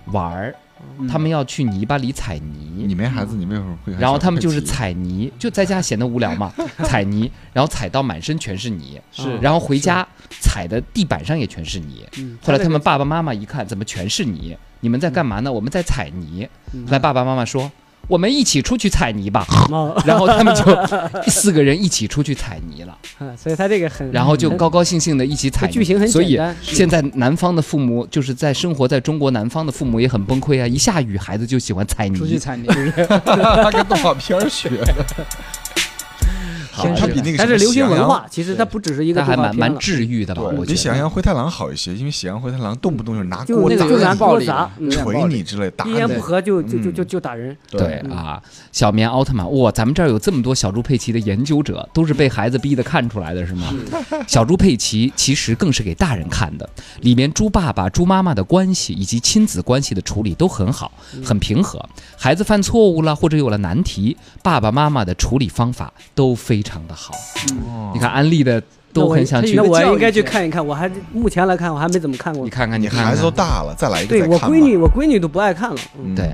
[SPEAKER 2] 玩儿，
[SPEAKER 5] 嗯
[SPEAKER 2] 他们要去泥巴里踩
[SPEAKER 3] 你
[SPEAKER 2] 泥。
[SPEAKER 3] 没孩子，你为什么会看小猪佩奇？
[SPEAKER 2] 嗯然后他们就是踩泥，就在家显得无聊嘛，踩泥，然后踩到满身全是泥，
[SPEAKER 5] 是
[SPEAKER 2] 然后回家踩的地板上也全是泥。
[SPEAKER 4] 嗯，
[SPEAKER 2] 后来他们爸爸妈妈一看，怎么全是泥？你们在干嘛呢？我们在踩泥。
[SPEAKER 4] 嗯
[SPEAKER 2] 后来爸爸妈妈说，我们一起出去踩泥 吧。
[SPEAKER 4] 哦，
[SPEAKER 2] 然后他们就四个人一起出去踩泥了，
[SPEAKER 4] 嗯所以他这个很，
[SPEAKER 2] 然后就高高兴兴的一起踩
[SPEAKER 4] 它
[SPEAKER 2] 泥。
[SPEAKER 4] 嗯剧情很
[SPEAKER 2] 所
[SPEAKER 4] 简
[SPEAKER 2] 以
[SPEAKER 4] 单，
[SPEAKER 2] 现在南方的父母就是在生活在中国南方的父母也很崩溃啊！一下雨，孩子就喜欢踩
[SPEAKER 5] 出去
[SPEAKER 2] 泥。
[SPEAKER 5] 踩泥，是不是
[SPEAKER 3] 他跟动画片儿学的，
[SPEAKER 2] 好
[SPEAKER 5] 真
[SPEAKER 3] 他比
[SPEAKER 2] 这个
[SPEAKER 3] 那个
[SPEAKER 4] 它
[SPEAKER 3] 什
[SPEAKER 4] 是
[SPEAKER 3] 么
[SPEAKER 4] 流行
[SPEAKER 3] 喜羊
[SPEAKER 4] 文
[SPEAKER 3] 羊
[SPEAKER 4] 化，其实它不只是一个
[SPEAKER 2] 那还
[SPEAKER 4] 动画
[SPEAKER 2] 蛮
[SPEAKER 4] 片
[SPEAKER 2] 蛮
[SPEAKER 4] 了，
[SPEAKER 2] 治愈的吧？
[SPEAKER 3] 对，
[SPEAKER 2] 我
[SPEAKER 3] 比
[SPEAKER 2] 觉
[SPEAKER 3] 喜羊
[SPEAKER 2] 得。
[SPEAKER 3] 羊灰太狼好一些，因为喜羊羊灰太狼动不动就是拿
[SPEAKER 4] 就
[SPEAKER 3] 锅
[SPEAKER 4] 那
[SPEAKER 5] 那
[SPEAKER 4] 个
[SPEAKER 5] 个
[SPEAKER 3] 打
[SPEAKER 4] 就拿
[SPEAKER 5] 有点
[SPEAKER 4] 锅
[SPEAKER 5] 暴力
[SPEAKER 4] 砸，
[SPEAKER 5] 有点
[SPEAKER 3] 捶
[SPEAKER 5] 暴力
[SPEAKER 3] 你之类，打
[SPEAKER 4] 一言
[SPEAKER 3] 你
[SPEAKER 4] 不合就就就
[SPEAKER 3] 嗯
[SPEAKER 4] 就就打人。
[SPEAKER 2] 对啊，小棉奥特曼，哇，咱们这儿有这么多小猪佩奇的研究者，都是被孩子逼的看出来的，是吗？小猪佩奇其实更是给大人看的，里面猪爸爸、猪妈妈的关系以及亲子关系的处理都很好，很平和。孩子犯错误了或者有了难题，爸爸妈妈的处理方法都非常的好。
[SPEAKER 3] 哦
[SPEAKER 2] 你看安利的
[SPEAKER 4] 那
[SPEAKER 2] 都
[SPEAKER 4] 我
[SPEAKER 2] 很想去
[SPEAKER 4] 那，我也应该去
[SPEAKER 5] 教育一下
[SPEAKER 4] 看一看。我还目前来看，我还没怎么看过
[SPEAKER 2] 你。看看，
[SPEAKER 3] 你
[SPEAKER 2] 看看
[SPEAKER 3] 孩子都大了，再来一个
[SPEAKER 4] 对
[SPEAKER 3] 再
[SPEAKER 4] 我
[SPEAKER 3] 看吧
[SPEAKER 4] 闺女，我闺女都不爱看了。嗯
[SPEAKER 3] 嗯
[SPEAKER 2] 对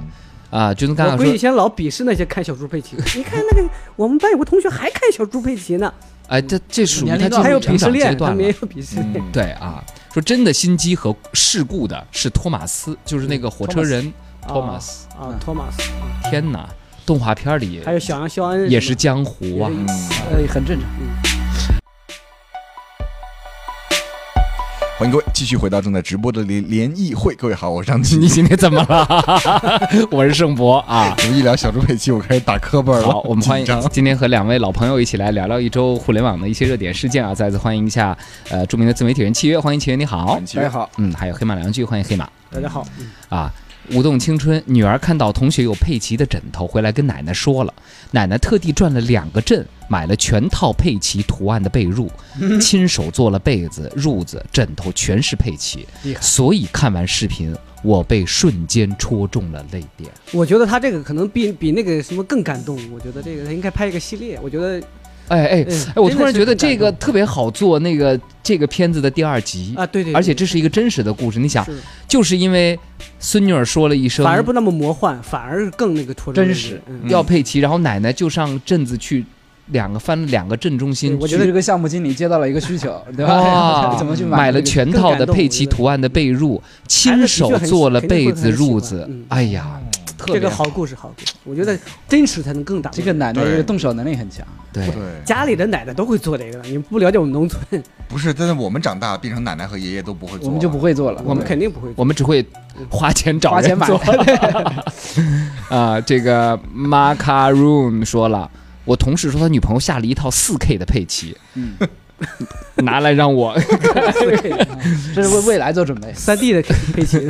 [SPEAKER 2] 啊，君子
[SPEAKER 4] 我
[SPEAKER 2] 刚刚
[SPEAKER 4] 闺女
[SPEAKER 2] 说
[SPEAKER 4] 以，前老鄙视那些看小猪佩奇的，你看那个我们班有个同学还看小猪佩奇呢，
[SPEAKER 2] 哎，这这属于
[SPEAKER 5] 年
[SPEAKER 2] 他
[SPEAKER 5] 龄
[SPEAKER 2] 进
[SPEAKER 5] 段
[SPEAKER 4] 还
[SPEAKER 2] 入
[SPEAKER 4] 有
[SPEAKER 2] 成
[SPEAKER 4] 鄙视
[SPEAKER 2] 长阶
[SPEAKER 4] 链，他
[SPEAKER 2] 段
[SPEAKER 4] 们
[SPEAKER 2] 了
[SPEAKER 4] 也。有鄙视链。
[SPEAKER 3] 嗯
[SPEAKER 2] 对啊，说真的心机和世故的是托马斯，就是那个火车人托马斯。嗯
[SPEAKER 4] 啊，托马斯，
[SPEAKER 2] 天哪，动画片里
[SPEAKER 4] 还有小羊肖恩
[SPEAKER 2] 也是江湖啊
[SPEAKER 4] 也。是
[SPEAKER 3] 嗯
[SPEAKER 5] 呃，很正常。
[SPEAKER 3] 欢迎各位继续回到正在直播的联联谊会，各位好，我是张
[SPEAKER 2] 你
[SPEAKER 3] 琪。
[SPEAKER 2] 今天怎么了？ 我是盛博 啊。
[SPEAKER 3] 我们一聊小猪佩奇，我开始打磕巴了。
[SPEAKER 2] 好，我们欢迎
[SPEAKER 3] 紧张
[SPEAKER 2] 今天和两位老朋友一起来聊聊一周互联网的一些热点事件啊！再次欢迎一下，呃，
[SPEAKER 3] 哦
[SPEAKER 2] 著名的自媒体人契约，欢迎契约，你好。
[SPEAKER 5] 哎大家好，
[SPEAKER 2] 嗯，还有黑马良剧，欢迎黑马
[SPEAKER 4] 大家好，嗯
[SPEAKER 2] 啊。舞动青春》，女儿看到同学有佩奇的枕头，回来跟奶奶说了，奶奶特地转了两个镇，买了全套佩奇图案的被 褥，亲手做了被子、褥子、枕头，全是佩奇
[SPEAKER 5] 厉。害
[SPEAKER 2] 所以看完视频，我被瞬间戳中了泪点。
[SPEAKER 4] 我觉得他这个可能比比那个什么更感动。我觉得这个他应该拍一个系列。我觉得
[SPEAKER 2] 哎哎
[SPEAKER 4] 嗯
[SPEAKER 2] 哎，我
[SPEAKER 4] 真的
[SPEAKER 2] 突然
[SPEAKER 4] 是
[SPEAKER 2] 觉得
[SPEAKER 4] 很感
[SPEAKER 2] 这个
[SPEAKER 4] 动
[SPEAKER 2] 特别好做，那个这个片子的第二集。
[SPEAKER 4] 啊，对对，
[SPEAKER 2] 而且这是一个真实的故事，你想，
[SPEAKER 4] 是
[SPEAKER 2] 就是因为孙女儿说了一声，
[SPEAKER 4] 反而不那么魔幻，反而更那个戳中
[SPEAKER 5] 真
[SPEAKER 4] 人
[SPEAKER 5] 实。
[SPEAKER 4] 嗯
[SPEAKER 3] 嗯
[SPEAKER 2] 要佩奇，然后奶奶就上镇子去，两个翻了两个镇中心
[SPEAKER 5] 对
[SPEAKER 2] 去，
[SPEAKER 5] 我觉得这个项目经理接到了一个 需求，对
[SPEAKER 2] 啊
[SPEAKER 5] 吧？ 怎么去
[SPEAKER 2] 买了
[SPEAKER 5] 这个
[SPEAKER 2] 全套的佩奇图案的被褥，亲手做了被子、褥子
[SPEAKER 4] 嗯，
[SPEAKER 2] 哎呀，特
[SPEAKER 4] 这
[SPEAKER 2] 别
[SPEAKER 4] 个好故事，好故事，我觉得真实才能更打动
[SPEAKER 5] 这
[SPEAKER 4] 人。
[SPEAKER 5] 个奶奶
[SPEAKER 3] 对
[SPEAKER 5] 这个动手能力很强，
[SPEAKER 2] 对
[SPEAKER 5] 嗯
[SPEAKER 3] 对，
[SPEAKER 4] 家里的奶奶都会做这个的，你们不了解我们农村，
[SPEAKER 3] 不是，但是我们长大变成奶奶和爷爷都不会做，
[SPEAKER 5] 我们就不。会做了。
[SPEAKER 4] 我们肯定不会做。
[SPEAKER 2] 我们只会花钱找
[SPEAKER 5] 花钱
[SPEAKER 2] 人
[SPEAKER 5] 买
[SPEAKER 2] 做 啊、这个 Macaroon 说了，我同事说他女朋友下了一套 4K 的佩奇，
[SPEAKER 5] 嗯，
[SPEAKER 2] 拿来让我
[SPEAKER 5] 这是为未来做准备。
[SPEAKER 4] 三 D 的佩奇，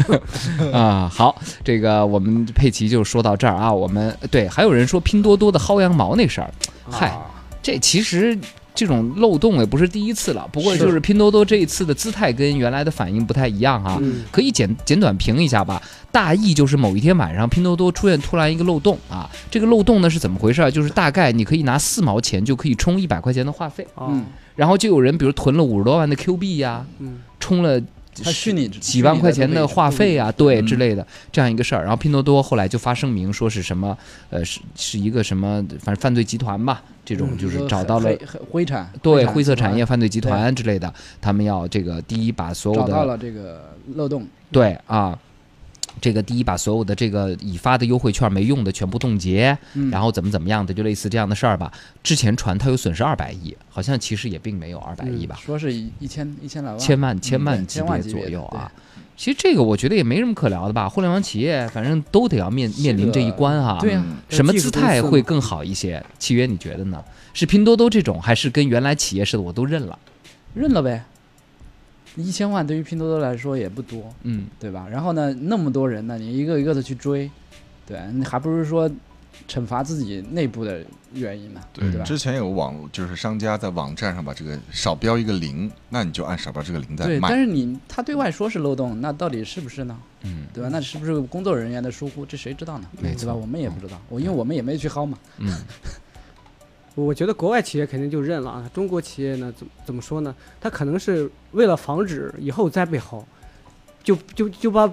[SPEAKER 2] 啊、好，这个我们佩奇就说到这儿啊。我们对，还有人说拼多多的薅羊毛那事儿，嗨，
[SPEAKER 4] 啊
[SPEAKER 2] 这其实这种漏洞也不是第一次了。不过
[SPEAKER 5] 是
[SPEAKER 2] 就是拼多多这一次的姿态跟原来的反应不太一样啊。
[SPEAKER 4] 嗯
[SPEAKER 2] 可以简简短评一下吧，大意就是某一天晚上，拼多多出现突然一个漏洞啊。这个漏洞呢是怎么回事儿？就是大概你可以拿四毛钱就可以充一百块钱的话费，
[SPEAKER 4] 哦，
[SPEAKER 2] 然后就有人比如囤了五十多万的 Q 币呀、
[SPEAKER 4] 嗯，
[SPEAKER 2] 充了
[SPEAKER 5] 他虚拟
[SPEAKER 2] 几万块钱的话费
[SPEAKER 5] 啊，
[SPEAKER 2] 啊，对
[SPEAKER 3] 嗯
[SPEAKER 2] 之类的这样一个事儿。然后拼多多后来就发声明说是什么，呃，是是一个什么，反正犯罪集团吧，这种
[SPEAKER 4] 嗯
[SPEAKER 2] 就是找到了
[SPEAKER 5] 黑黑灰产，
[SPEAKER 2] 对
[SPEAKER 5] 产
[SPEAKER 2] 灰色产业
[SPEAKER 5] 集
[SPEAKER 2] 犯罪集团之类的，他们要这个第一把所有
[SPEAKER 5] 团找到
[SPEAKER 2] 的
[SPEAKER 5] 了这个漏洞，
[SPEAKER 2] 对啊。这个第一把所有的这个已发的优惠券没用的全部冻结，
[SPEAKER 5] 嗯
[SPEAKER 2] 然后怎么怎么样的，就类似这样的事儿吧。之前传它有损失二百亿，好像其实也并没有二百亿吧，
[SPEAKER 5] 说是一一千一千来万，
[SPEAKER 2] 千万千万
[SPEAKER 5] 嗯对
[SPEAKER 2] 级
[SPEAKER 5] 千万级
[SPEAKER 2] 左
[SPEAKER 5] 别
[SPEAKER 2] 右啊。其实这个我觉得也没什么可聊的吧，互联网企业反正都得要面面临这一关啊。
[SPEAKER 5] 对
[SPEAKER 3] 嗯
[SPEAKER 5] 呀，
[SPEAKER 2] 什么
[SPEAKER 4] 技术
[SPEAKER 2] 姿
[SPEAKER 4] 公司
[SPEAKER 2] 态
[SPEAKER 4] 嘛
[SPEAKER 2] 会更好一些？契约你觉得呢？是拼多多这种，还是跟原来企业似的我都认了？
[SPEAKER 5] 认了呗。一千万对于拼多多来说也不多，
[SPEAKER 2] 嗯，
[SPEAKER 5] 对吧？然后呢，那么多人呢，你一个一个的去追，对，你还不如说惩罚自己内部的原因呢，
[SPEAKER 2] 对
[SPEAKER 5] 对吧？
[SPEAKER 3] 之前有网就是商家在网站上把这个少标一个零，那你就按少标这个零在
[SPEAKER 5] 对，但
[SPEAKER 3] 卖。
[SPEAKER 5] 是你他对外说是漏洞，那到底是不是呢？
[SPEAKER 2] 嗯，
[SPEAKER 5] 对吧？那是不是工作人员的疏忽？这谁知道呢？
[SPEAKER 2] 没
[SPEAKER 5] 对
[SPEAKER 2] 错
[SPEAKER 5] 吧？我们也不知道，我因为我们也没去薅嘛。嗯
[SPEAKER 4] 我觉得国外企业肯定就认了啊，中国企业呢，怎么怎么说呢？他可能是为了防止以后再被薅，就就就把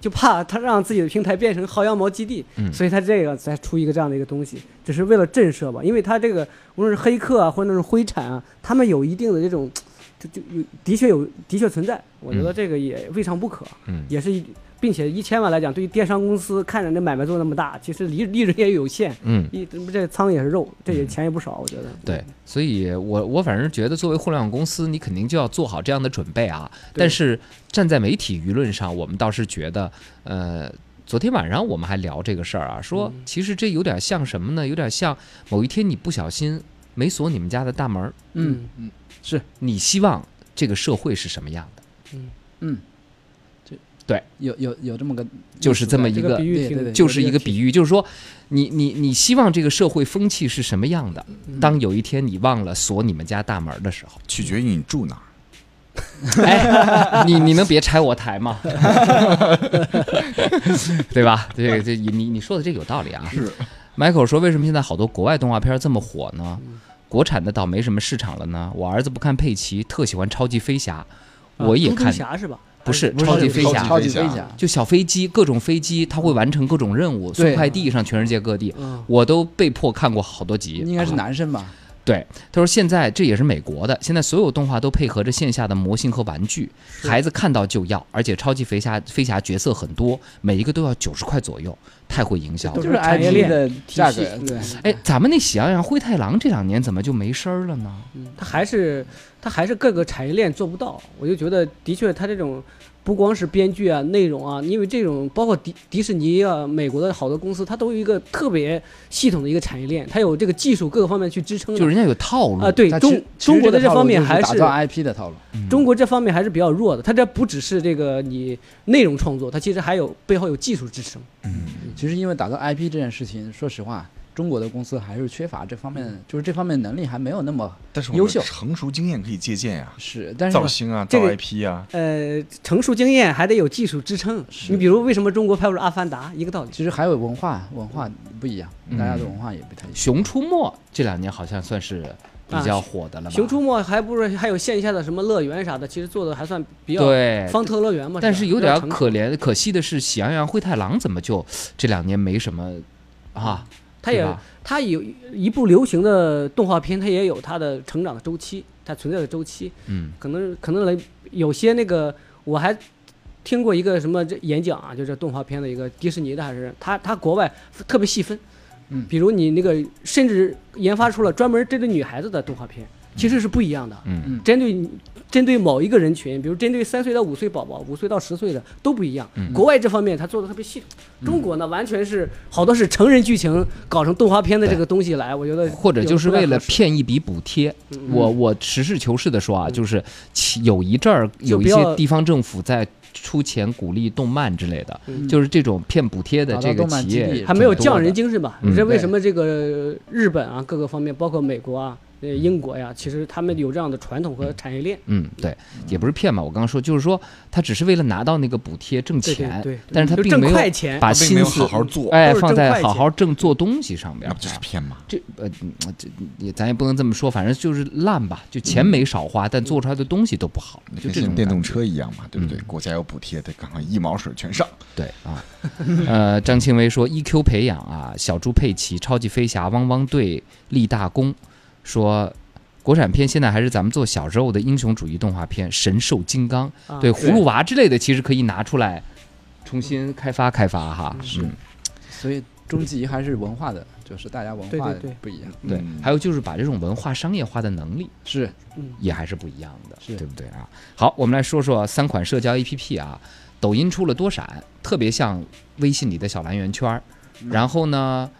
[SPEAKER 4] 就怕他让自己的平台变成薅羊毛基地，
[SPEAKER 2] 嗯
[SPEAKER 4] 所以他这个才出一个这样的一个东西，只是为了震慑吧。因为他这个无论是黑客啊，或者是灰产啊，他们有一定的这种，就就有的确有的确存在，我觉得
[SPEAKER 2] 嗯
[SPEAKER 4] 这个也未尝不可，
[SPEAKER 2] 嗯
[SPEAKER 4] 也是一。并且一千万来讲，对于电商公司，看着那买卖做那么大，其实利利润也有限，
[SPEAKER 2] 嗯。
[SPEAKER 4] 一这仓也是肉，这也
[SPEAKER 2] 嗯
[SPEAKER 4] 钱也不少，我觉得。
[SPEAKER 2] 对，所以我我反正觉得，作为互联网公司，你肯定就要做好这样的准备啊。
[SPEAKER 4] 对
[SPEAKER 2] 但是站在媒体舆论上，我们倒是觉得，呃，昨天晚上我们还聊这个事儿啊，说
[SPEAKER 4] 嗯
[SPEAKER 2] 其实这有点像什么呢？有点像某一天你不小心没锁你们家的大门儿，
[SPEAKER 5] 嗯
[SPEAKER 2] 你希望这个社会是什么样的？
[SPEAKER 5] 嗯，这
[SPEAKER 2] 对
[SPEAKER 5] 有有有这么个，
[SPEAKER 2] 就是这么一
[SPEAKER 4] 这
[SPEAKER 2] 个
[SPEAKER 4] 个比喻
[SPEAKER 5] 对
[SPEAKER 4] 挺
[SPEAKER 5] 对对
[SPEAKER 2] 就是一个比
[SPEAKER 5] 喻。
[SPEAKER 2] 喻，就是说，你你你希望这个社会风气是什么样的？当有一天你忘了锁你们家大门儿的时候，
[SPEAKER 3] 取决于你住哪儿。
[SPEAKER 2] 哎，你你能别拆我台吗？对吧？这这你你说的这有道理啊。
[SPEAKER 3] 是
[SPEAKER 2] Michael 说，为什么现在好多国外动画片这么火呢？国产的倒没什么市场了呢。我儿子不看佩奇，特喜欢超级飞侠，我也
[SPEAKER 4] 啊猪
[SPEAKER 2] 看
[SPEAKER 4] 猪，侠是吧？
[SPEAKER 2] 不是
[SPEAKER 5] 不是
[SPEAKER 2] 超级飞侠。
[SPEAKER 5] 超
[SPEAKER 3] 超级
[SPEAKER 5] 级飞
[SPEAKER 3] 飞
[SPEAKER 5] 侠
[SPEAKER 3] 侠，
[SPEAKER 2] 就小飞机，各种飞机，它会完成各种任务，送
[SPEAKER 5] 对
[SPEAKER 2] 快递上全世界各地，
[SPEAKER 4] 嗯，
[SPEAKER 2] 我都被迫看过好多集。
[SPEAKER 5] 应该是
[SPEAKER 2] 啊
[SPEAKER 5] 男生吧？
[SPEAKER 2] 对，他说现在这也是美国的，现在所有动画都配合着线下的模型和玩具，孩子看到就要，而且超级肥侠飞侠角色很多，每一个都要九十块左右，太会营销
[SPEAKER 4] 都
[SPEAKER 5] 就
[SPEAKER 2] 了。
[SPEAKER 4] 是
[SPEAKER 5] 是
[SPEAKER 4] 产业
[SPEAKER 5] IP
[SPEAKER 4] 链
[SPEAKER 5] 的价格，
[SPEAKER 4] 体系嗯
[SPEAKER 5] 对，
[SPEAKER 2] 哎，咱们那喜羊羊、灰太狼这两年怎么就没声儿了呢？
[SPEAKER 4] 嗯，他还是他还是各个产业链做不到，我就觉得的确他这种不光是编剧啊、内容啊，因为这种包括迪迪士尼啊、美国的好多公司，它都有一个特别系统的一个产业链，它有这个技术各个方面去支撑的。
[SPEAKER 2] 就人家有套路
[SPEAKER 4] 嗯啊，，对
[SPEAKER 5] 它
[SPEAKER 4] 中
[SPEAKER 5] 其实
[SPEAKER 4] 中国的
[SPEAKER 5] 其
[SPEAKER 4] 这
[SPEAKER 5] 实套路
[SPEAKER 4] 方面
[SPEAKER 5] 就
[SPEAKER 4] 还
[SPEAKER 5] 打
[SPEAKER 4] 是
[SPEAKER 5] 造 IP 的套路，
[SPEAKER 4] 中国这方面还是比较弱的。它这不只是这个你内容创作，它其实还有背后有技术支撑。
[SPEAKER 5] 其实因为打造 IP 这件事情，说实话，中国的公司还是缺乏这方面的，就是这方面能力还没有那么
[SPEAKER 3] 但是我
[SPEAKER 5] 优
[SPEAKER 3] 们
[SPEAKER 5] 秀
[SPEAKER 3] 成熟经验可以借鉴呀，
[SPEAKER 5] 是，但是
[SPEAKER 3] 造星啊，
[SPEAKER 4] 这
[SPEAKER 3] 造
[SPEAKER 4] 个
[SPEAKER 3] IP 啊，
[SPEAKER 4] 呃，成熟经验还得有技术支撑。你比如为什么中国拍不出《阿凡达》，一个道理。
[SPEAKER 5] 其实还有文化文化不一样，大家的文化也不太
[SPEAKER 2] 《
[SPEAKER 5] 一样。
[SPEAKER 2] 熊出没》这两年好像算是比较火的了吧？
[SPEAKER 4] 啊熊出没还不是还有线下的什么乐园啥的，其实做的还算比较
[SPEAKER 2] 对，
[SPEAKER 4] 方特乐园嘛。
[SPEAKER 2] 但
[SPEAKER 4] 是
[SPEAKER 2] 是
[SPEAKER 4] 吧
[SPEAKER 2] 有点
[SPEAKER 4] 成熟
[SPEAKER 2] 可怜，可惜的是，喜羊羊、灰太狼怎么就这两年没什么啊？
[SPEAKER 4] 它
[SPEAKER 2] 对
[SPEAKER 4] 也
[SPEAKER 2] 吧
[SPEAKER 4] 它有一部流行的动画片，它也有它的成长的周期，它存在的周期。
[SPEAKER 2] 嗯，
[SPEAKER 4] 可能可能来有些那个我还听过一个什么这演讲啊，就是动画片的一个迪士尼的还是他他国外特别细分，
[SPEAKER 5] 嗯
[SPEAKER 4] 比如你那个甚至研发出了专门针对女孩子的动画片，其实是不一样的，
[SPEAKER 2] 嗯
[SPEAKER 5] 嗯
[SPEAKER 4] 针对针对某一个人群，比如针对三岁到五岁宝宝、五岁到十岁的都不一样，
[SPEAKER 2] 嗯
[SPEAKER 4] 国外这方面他做的特别系统，中国呢完全是好多是成人剧情搞成动画片的这个东西来，我觉得
[SPEAKER 2] 或者
[SPEAKER 4] 有
[SPEAKER 2] 就是
[SPEAKER 4] 不太
[SPEAKER 2] 为了
[SPEAKER 4] 合适
[SPEAKER 2] 骗一笔补贴。
[SPEAKER 4] 嗯
[SPEAKER 2] 我我实事求是的说啊，就是其有一阵儿有一
[SPEAKER 4] 就不要
[SPEAKER 2] 些地方政府在出钱鼓励动漫之类的，
[SPEAKER 4] 嗯
[SPEAKER 2] 就是这种骗补贴的
[SPEAKER 5] 搞到
[SPEAKER 2] 这个
[SPEAKER 5] 动漫
[SPEAKER 2] 企
[SPEAKER 5] 基
[SPEAKER 2] 业
[SPEAKER 5] 地
[SPEAKER 2] 挺
[SPEAKER 5] 也
[SPEAKER 4] 还没有
[SPEAKER 2] 多的
[SPEAKER 4] 匠人精神吧？
[SPEAKER 2] 嗯
[SPEAKER 4] 你这为
[SPEAKER 5] 对
[SPEAKER 4] 什么这个日本啊，各个方面，包括美国啊、呃英国呀，其实他们有这样的传统和产业链。
[SPEAKER 2] 嗯，对，也不是骗嘛，我刚刚说就是说，他只是为了拿到那个补贴挣
[SPEAKER 4] 对对
[SPEAKER 2] 钱，
[SPEAKER 4] 对嗯
[SPEAKER 2] 但是他
[SPEAKER 4] 就
[SPEAKER 2] 并
[SPEAKER 4] 挣
[SPEAKER 2] 没
[SPEAKER 4] 快
[SPEAKER 2] 有
[SPEAKER 4] 钱，
[SPEAKER 2] 把
[SPEAKER 3] 他并
[SPEAKER 2] 心
[SPEAKER 3] 没有
[SPEAKER 2] 思
[SPEAKER 3] 好好做，
[SPEAKER 2] 哎
[SPEAKER 4] 都是
[SPEAKER 2] 放
[SPEAKER 4] 挣
[SPEAKER 2] 在
[SPEAKER 4] 快
[SPEAKER 2] 好
[SPEAKER 4] 钱
[SPEAKER 2] 好挣做东西上边
[SPEAKER 3] 那
[SPEAKER 2] 儿
[SPEAKER 3] 不就是
[SPEAKER 2] 啊。
[SPEAKER 3] 骗吗？
[SPEAKER 2] 这呃，嗯这也咱也不能这么说，反正就是烂吧，就钱没少花，但做出来的东西都不好，就
[SPEAKER 3] 跟
[SPEAKER 2] 这
[SPEAKER 3] 现在
[SPEAKER 2] 种
[SPEAKER 3] 电动
[SPEAKER 2] 感觉
[SPEAKER 3] 车一样嘛，对不对？国家有补贴，得赶快一毛水全上。
[SPEAKER 2] 对啊， 呃，张庆威说 EQ 培养啊，小猪佩奇、超级飞侠、汪汪队立大功，说国产片现在还是咱们做小时候的英雄主义动画片，神兽金刚，
[SPEAKER 4] 啊
[SPEAKER 2] 对葫芦娃之类的，其实可以拿出来重新开发开发哈。是
[SPEAKER 5] 所以终极还是文化的，就是大家文
[SPEAKER 4] 对
[SPEAKER 5] 化
[SPEAKER 4] 对对
[SPEAKER 5] 不一样。
[SPEAKER 2] 对，还有就是把这种文化商业化的能力
[SPEAKER 5] 是
[SPEAKER 2] 也还是不一样的，
[SPEAKER 5] 是
[SPEAKER 2] 对不对啊？好，我们来说说三款社交 APP 啊，抖音出了多闪，特别像微信里的小蓝圆圈儿。
[SPEAKER 5] 嗯
[SPEAKER 2] 然后呢，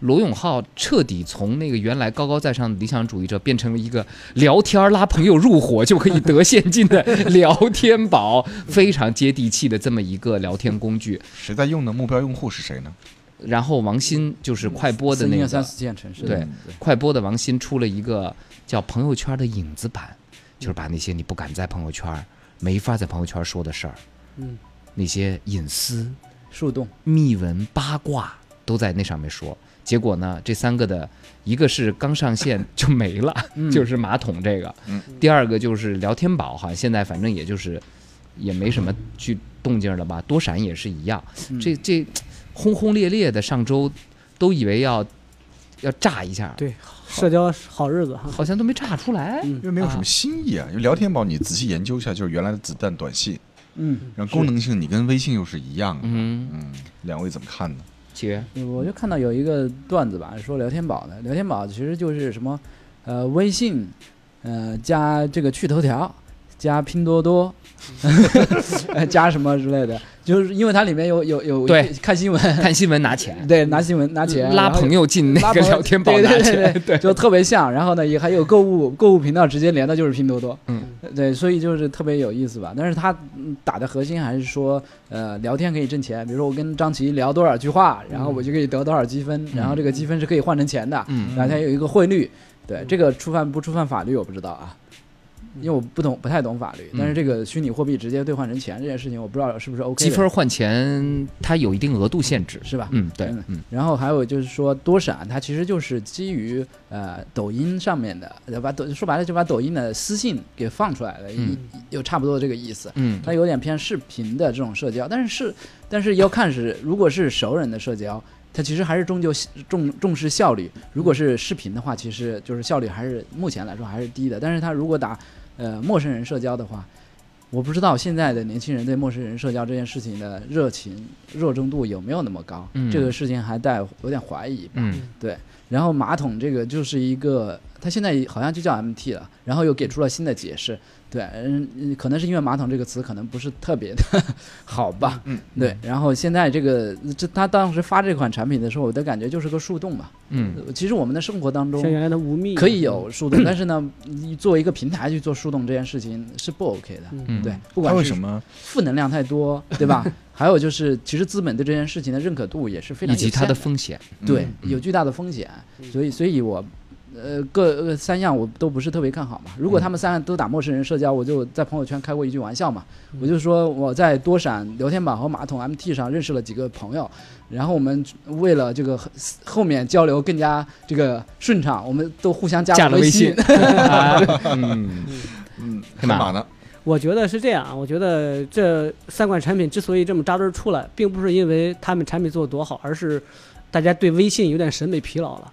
[SPEAKER 2] 罗永浩彻底从那个原来高高在上的理想主义者，变成了一个聊天儿拉朋友入伙就可以得现金的聊天宝， 非常接地气的这么一个聊天工具。
[SPEAKER 3] 谁在用呢？目标用户是谁呢？
[SPEAKER 2] 然后王鑫就是快播的
[SPEAKER 5] 四
[SPEAKER 2] 那
[SPEAKER 5] 线
[SPEAKER 2] 个
[SPEAKER 5] 三四线城市，
[SPEAKER 2] 对，快播的王鑫出了一个叫朋友圈的影子版，就是把那些你不敢在朋友圈、没法在朋友圈说的事儿，
[SPEAKER 4] 嗯，
[SPEAKER 2] 那些隐私、
[SPEAKER 5] 树洞
[SPEAKER 2] 秘闻、八卦都在那上面说。结果呢，这三个的一个是刚上线就没了， 就是马桶这个；
[SPEAKER 3] 嗯
[SPEAKER 2] 第二个就是聊天宝，好像现在反正也就是也没什么去动静了吧。多闪也是一样，这这轰轰烈烈的上周都以为要要炸一下，
[SPEAKER 4] 对社交好日子哈。
[SPEAKER 2] 好像都没炸出来。
[SPEAKER 4] 嗯
[SPEAKER 3] 因为没有什么新意啊。因为聊天宝你仔细研究一下，就是原来的子弹短信，
[SPEAKER 5] 嗯，
[SPEAKER 3] 然后功能性你跟微信又是一样的。
[SPEAKER 2] 嗯，
[SPEAKER 3] 嗯，两位怎么看呢？
[SPEAKER 2] 七月，
[SPEAKER 4] 嗯
[SPEAKER 5] 我就看到有一个段子吧，说聊天宝的，聊天宝其实就是什么，呃，微信，呃，加这个趣头条，加拼多多， 呃加什么之类的，就是因为它里面有有有
[SPEAKER 2] 对
[SPEAKER 5] 看新闻，
[SPEAKER 2] 看新闻拿钱，
[SPEAKER 5] 对，拿新闻拿钱
[SPEAKER 2] 拉
[SPEAKER 5] 然后
[SPEAKER 2] 朋友进那
[SPEAKER 5] 拉
[SPEAKER 2] 个
[SPEAKER 5] 朋友
[SPEAKER 2] 聊天宝
[SPEAKER 5] 对
[SPEAKER 2] 拿
[SPEAKER 5] 对对
[SPEAKER 2] 钱，
[SPEAKER 5] 对就特别像。然后呢，也还有购物购物频道直接连的就是拼多多，
[SPEAKER 2] 嗯，
[SPEAKER 5] 对，所以就是特别有意思吧。但是它嗯打的核心还是说，呃，聊天可以挣钱。比如说我跟张琪聊多少句话，然后我就可以得多少积分，然后这个积分是可以换成钱的，
[SPEAKER 2] 嗯
[SPEAKER 5] 然后它有一个汇率。对，这个触犯不触犯法律我不知道啊。
[SPEAKER 2] 嗯
[SPEAKER 5] 因为我不懂，不太懂法律，但是这个虚拟货币直接兑换成钱这件事情，我不知道是不是 OK
[SPEAKER 2] 积
[SPEAKER 5] 的
[SPEAKER 2] 分换钱，它有一定额度限制。
[SPEAKER 5] 是吧？
[SPEAKER 2] 嗯，对
[SPEAKER 5] 嗯，
[SPEAKER 2] 嗯，
[SPEAKER 5] 然后还有就是说多闪，它其实就是基于呃抖音上面的，呃把抖说白了就把抖音的私信给放出来了，一
[SPEAKER 2] 嗯
[SPEAKER 5] 有差不多这个意思。
[SPEAKER 2] 嗯
[SPEAKER 5] 它有点偏视频的这种社交，但是是但是要看是如果是熟人的社交，它其实还是终究重重视效率。如果是视频的话，其实就是效率还是目前来说还是低的。但是它如果打呃陌生人社交的话，我不知道现在的年轻人对陌生人社交这件事情的热情热衷度有没有那么高，
[SPEAKER 2] 嗯
[SPEAKER 5] 这个事情还带有点怀疑。
[SPEAKER 2] 嗯
[SPEAKER 5] 然后马桶这个就是一个，它现在好像就叫 MT 了，然后又给出了新的解释。对，嗯，嗯可能是因为“马桶”这个词可能不是特别的 好吧。
[SPEAKER 3] 嗯，
[SPEAKER 5] 对。然后现在这个，这他当时发这款产品的时候，我的感觉就是个树洞吧。
[SPEAKER 2] 嗯，
[SPEAKER 5] 其实我们的生活当中
[SPEAKER 4] 像原来的无啊密
[SPEAKER 5] 可以有树洞，但是呢，你作为一个平台去做树洞这件事情是不 OK 的。
[SPEAKER 2] 嗯
[SPEAKER 5] 对，不
[SPEAKER 3] 他
[SPEAKER 5] 管
[SPEAKER 3] 为
[SPEAKER 5] 是
[SPEAKER 3] 什么
[SPEAKER 5] 负能量太多，对吧？还有就是，其实资本对这件事情的认可度也是非常
[SPEAKER 2] 以
[SPEAKER 5] 有限
[SPEAKER 2] 及它的风险，
[SPEAKER 5] 对
[SPEAKER 2] 嗯
[SPEAKER 5] 有巨大的风险，所以所以我。呃，各呃三样我都不是特别看好嘛。如果他们三样都打陌生人社交，我就在朋友圈开过一句玩笑嘛，我就说我在多闪聊天板和马桶 MT 上认识了几个朋友，然后我们为了这个后面交流更加这个顺畅，我们都互相加
[SPEAKER 2] 加
[SPEAKER 5] 了
[SPEAKER 2] 了微
[SPEAKER 5] 信
[SPEAKER 2] 信。。啊嗯，
[SPEAKER 3] 嗯，
[SPEAKER 2] 干嘛
[SPEAKER 3] 干嘛呢？
[SPEAKER 4] 我觉得是这样啊，我觉得这三款产品之所以这么扎堆儿出来，并不是因为他们产品做得多好，而是大家对微信有点审美疲劳了。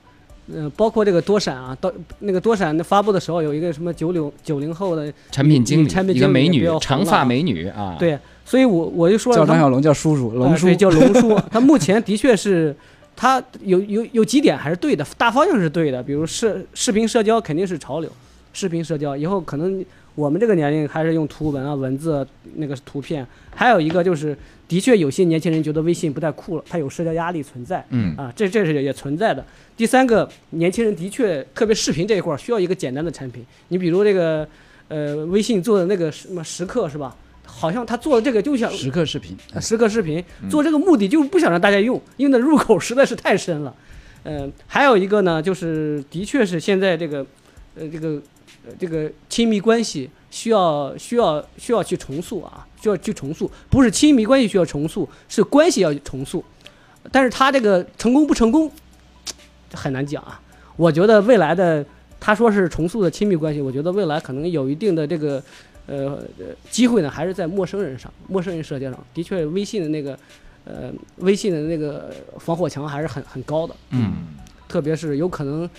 [SPEAKER 4] 嗯、包括这个多闪啊，到那个多闪的发布的时候，有一个什么九零九零后的，
[SPEAKER 2] 产品经
[SPEAKER 4] 嗯产
[SPEAKER 2] 理
[SPEAKER 4] 品
[SPEAKER 2] 一个美
[SPEAKER 4] 经理也
[SPEAKER 2] 女
[SPEAKER 4] 不要，
[SPEAKER 2] 长
[SPEAKER 4] 红了
[SPEAKER 2] 发美女啊，
[SPEAKER 4] 对，所以我我就说
[SPEAKER 5] 叫
[SPEAKER 4] 了他
[SPEAKER 5] 张
[SPEAKER 4] 们，
[SPEAKER 5] 小龙，叫叔叔，龙
[SPEAKER 4] 呃
[SPEAKER 5] 叔
[SPEAKER 4] 对，。叫龙叔。他目前的确是，他有有有几点还是对的，大方向是对的。比如视视频社交肯定是潮流，视频社交以后可能我们这个年龄还是用图文啊、文字啊那个图片。还有一个就是，的确有些年轻人觉得微信不太酷了，他有社交压力存在。
[SPEAKER 2] 嗯
[SPEAKER 4] 啊，这这是也存在的。第三个，年轻人的确，特别视频这一块儿需要一个简单的产品。你比如这个，呃，微信做的那个什么时刻是吧？好像他做的这个就想
[SPEAKER 5] 时刻视频，
[SPEAKER 4] 时刻视频做这个目的就是不想让大家用，因为那入口实在是太深了。嗯、还有一个呢，就是的确是现在这个，呃，这个，呃，这个亲密关系需要需要需要去重塑啊，需要去重塑，不是亲密关系需要重塑，是关系要重塑。但是他这个成功不成功，很难讲啊。我觉得未来的他说是重塑的亲密关系，我觉得未来可能有一定的这个呃呃机会呢，还是在陌生人上，陌生人社交上。的确，微信的那个呃微信的那个防火墙还是很很高的，
[SPEAKER 2] 嗯，
[SPEAKER 4] 特别是有可能。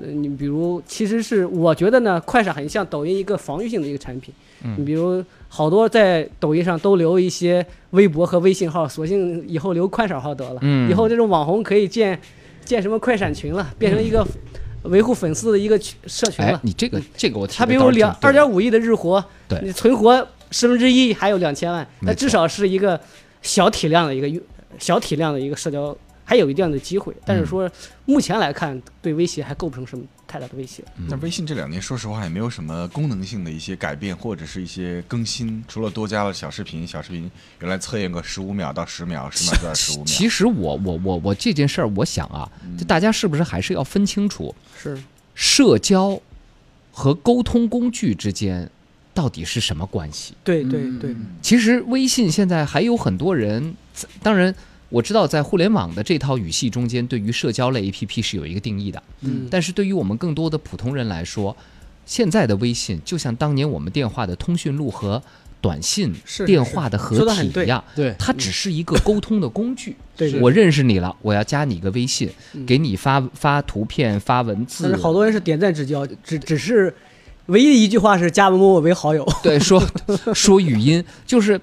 [SPEAKER 4] 呃，你比如，其实是我觉得呢，快闪很像抖音一个防御性的一个产品。
[SPEAKER 2] 嗯
[SPEAKER 4] 你比如，好多在抖音上都留一些微博和微信号，索性以后留快闪号得了。
[SPEAKER 2] 嗯
[SPEAKER 4] 以后这种网红可以建建什么快闪群了，变成一个
[SPEAKER 2] 嗯
[SPEAKER 4] 维护粉丝的一个群社群
[SPEAKER 2] 哎
[SPEAKER 4] 了，。
[SPEAKER 2] 你这个这个我
[SPEAKER 4] 他比如两二点
[SPEAKER 2] 五，
[SPEAKER 4] 五亿的日活，
[SPEAKER 2] 对
[SPEAKER 4] 你存活十分之一还有两千万，
[SPEAKER 2] 没
[SPEAKER 4] 那至
[SPEAKER 2] 错
[SPEAKER 4] 少是一个小体量的一个运小体量的一个社交，还有一定的机会。但
[SPEAKER 2] 嗯
[SPEAKER 4] 是说目前来看，对威胁还构不成什么太大的威胁。
[SPEAKER 2] 嗯
[SPEAKER 3] 但微信这两年，说实话也没有什么功能性的一些改变或者是一些更新，除了多加了小视频，小视频原来测验个十五秒到十秒，十秒到十五秒，
[SPEAKER 2] 其实我我我我这件事儿，我想啊，就大家是不是还是要分清楚
[SPEAKER 4] 是，
[SPEAKER 2] 社交和沟通工具之间到底是什么关系？
[SPEAKER 4] 对
[SPEAKER 5] 嗯
[SPEAKER 4] 对对，
[SPEAKER 2] 其实微信现在还有很多人，当然我知道在互联网的这套语系中间，对于社交类 APP 是有一个定义的，
[SPEAKER 4] 嗯，
[SPEAKER 2] 但是对于我们更多的普通人来说，现在的微信就像当年我们电话的通讯录和短信
[SPEAKER 4] 是是
[SPEAKER 2] 电话的合
[SPEAKER 4] 说得很
[SPEAKER 2] 体
[SPEAKER 4] 对
[SPEAKER 2] 一样，
[SPEAKER 5] 对
[SPEAKER 2] 它只是一个沟通的工具。
[SPEAKER 4] 对对
[SPEAKER 2] 我认识你了，我要加你一个微信，
[SPEAKER 4] 嗯
[SPEAKER 2] 给你发发图片、发文
[SPEAKER 4] 但
[SPEAKER 2] 字
[SPEAKER 4] 是，好多人是点赞之交，只只是唯一一句话是加某某为好友。
[SPEAKER 2] 对，说说语音，就是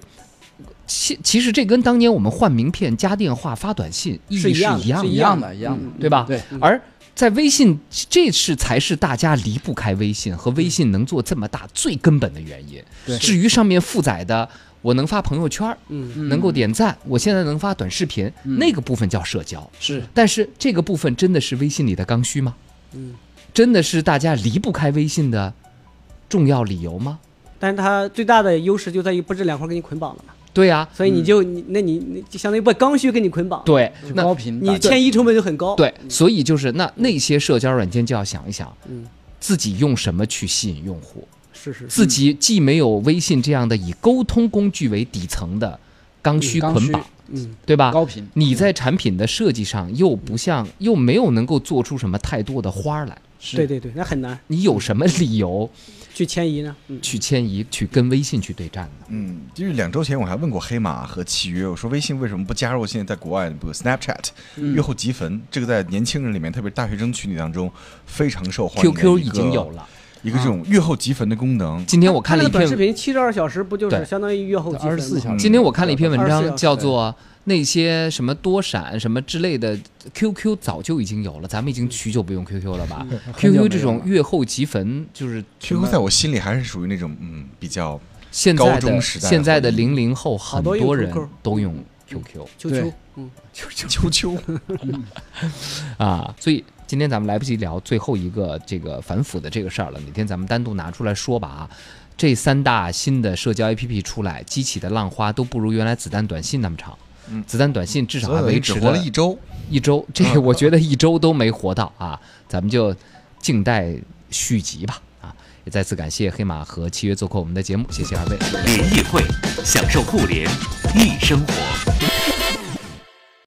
[SPEAKER 2] 其其实这跟当年我们换名片、加电话、发短信意义
[SPEAKER 4] 是
[SPEAKER 2] 是
[SPEAKER 4] 一样的
[SPEAKER 2] 一样
[SPEAKER 4] 是
[SPEAKER 5] 一样的，一样的
[SPEAKER 4] 嗯，
[SPEAKER 2] 对吧？
[SPEAKER 5] 对，
[SPEAKER 2] 而在微信，这是才是大家离不开微信和微信能做这么大最根本的原因
[SPEAKER 5] 对。
[SPEAKER 2] 至于上面负载的，我能发朋友圈儿，
[SPEAKER 4] 嗯，
[SPEAKER 5] 嗯
[SPEAKER 2] 能够点赞，我现在能发短视频，
[SPEAKER 5] 嗯
[SPEAKER 2] 那个部分叫社交。
[SPEAKER 5] 是
[SPEAKER 2] 但是这个部分真的是微信里的刚需吗？
[SPEAKER 4] 嗯，
[SPEAKER 2] 真的是大家离不开微信的重要理由吗？
[SPEAKER 4] 但是它最大的优势就在于不这两块给你捆绑了嘛，
[SPEAKER 2] 对啊呀、
[SPEAKER 4] 所以你就你那你你就相当于把刚需给你捆绑，
[SPEAKER 2] 对，那
[SPEAKER 5] 高频打
[SPEAKER 4] 你
[SPEAKER 5] 击，
[SPEAKER 4] 迁移成本就很
[SPEAKER 5] 哦
[SPEAKER 4] 高。
[SPEAKER 2] 对，所以就是那那些社交软件就要想一想，
[SPEAKER 4] 嗯，
[SPEAKER 2] 自己用什么去吸引用户，
[SPEAKER 4] 是
[SPEAKER 5] 嗯
[SPEAKER 4] 是是，
[SPEAKER 2] 自己既没有微信这样的以沟通工具为底层的刚需
[SPEAKER 5] 刚
[SPEAKER 2] 捆
[SPEAKER 5] 需
[SPEAKER 2] 绑，
[SPEAKER 4] 嗯，
[SPEAKER 2] 对吧？
[SPEAKER 5] 高频
[SPEAKER 2] 你在产品的设计上又不像，又没有能够做出什么太多的花儿来，
[SPEAKER 5] 是
[SPEAKER 4] 对对对，那很难
[SPEAKER 2] 你有什么理由
[SPEAKER 4] 去迁移呢。嗯，
[SPEAKER 2] 去迁移、去跟微信去对战呢？
[SPEAKER 3] 嗯，就是两周前我还问过黑马和契约，我说微信为什么不加入现在在国外的 Snapchat
[SPEAKER 5] 嗯
[SPEAKER 3] 月后即焚？这个在年轻人里面，特别是大学生群体当中非常受欢迎的一个。
[SPEAKER 2] QQ 已经有了，啊嗯
[SPEAKER 3] 一个这种月后即焚的功能，
[SPEAKER 2] 今天我看
[SPEAKER 4] 那
[SPEAKER 2] 了
[SPEAKER 4] 个
[SPEAKER 2] 一
[SPEAKER 4] 短视
[SPEAKER 2] 篇，
[SPEAKER 4] 频七十二小时，不就是
[SPEAKER 2] 对
[SPEAKER 4] 相当于月后
[SPEAKER 5] 二十四小
[SPEAKER 3] 嗯
[SPEAKER 4] 时？
[SPEAKER 5] 时，
[SPEAKER 2] 今天我看了一篇文
[SPEAKER 4] 24小
[SPEAKER 2] 章，
[SPEAKER 4] 时
[SPEAKER 2] 叫做那些什么多闪什么之类的，QQ 早就已经有了，咱们已经许久不用 QQ 了吧
[SPEAKER 5] 嗯很久没有
[SPEAKER 2] ？QQ
[SPEAKER 5] 了
[SPEAKER 2] 这种月后即焚，就是什么
[SPEAKER 3] ，QQ 在我心里还是属于那种嗯比较
[SPEAKER 2] 现在
[SPEAKER 3] 高
[SPEAKER 2] 的
[SPEAKER 3] 中时代
[SPEAKER 2] 现在的零零后很
[SPEAKER 4] 好多用
[SPEAKER 2] 多人
[SPEAKER 4] QQ
[SPEAKER 2] 都用 QQ
[SPEAKER 4] 秋
[SPEAKER 5] 对
[SPEAKER 4] 秋，嗯，
[SPEAKER 3] 秋秋，
[SPEAKER 2] 啊，所以今天咱们来不及聊最后一个这个反腐的这个事儿了，哪天咱们单独拿出来说吧啊。这三大新的社交 APP 出来，激起的浪花都不如原来子弹短信那么长。
[SPEAKER 3] 嗯
[SPEAKER 2] 子弹短信至少
[SPEAKER 3] 所
[SPEAKER 2] 还
[SPEAKER 3] 有
[SPEAKER 2] 维
[SPEAKER 3] 人
[SPEAKER 2] 持
[SPEAKER 3] 只活了
[SPEAKER 2] 了
[SPEAKER 3] 一周，
[SPEAKER 2] 一周，这 个我觉得一周都没活到啊，咱们就静待续集吧啊！也再次感谢黑马和契约做客我们的节目，谢谢二位。
[SPEAKER 1] 联谊会，享受互联易生活。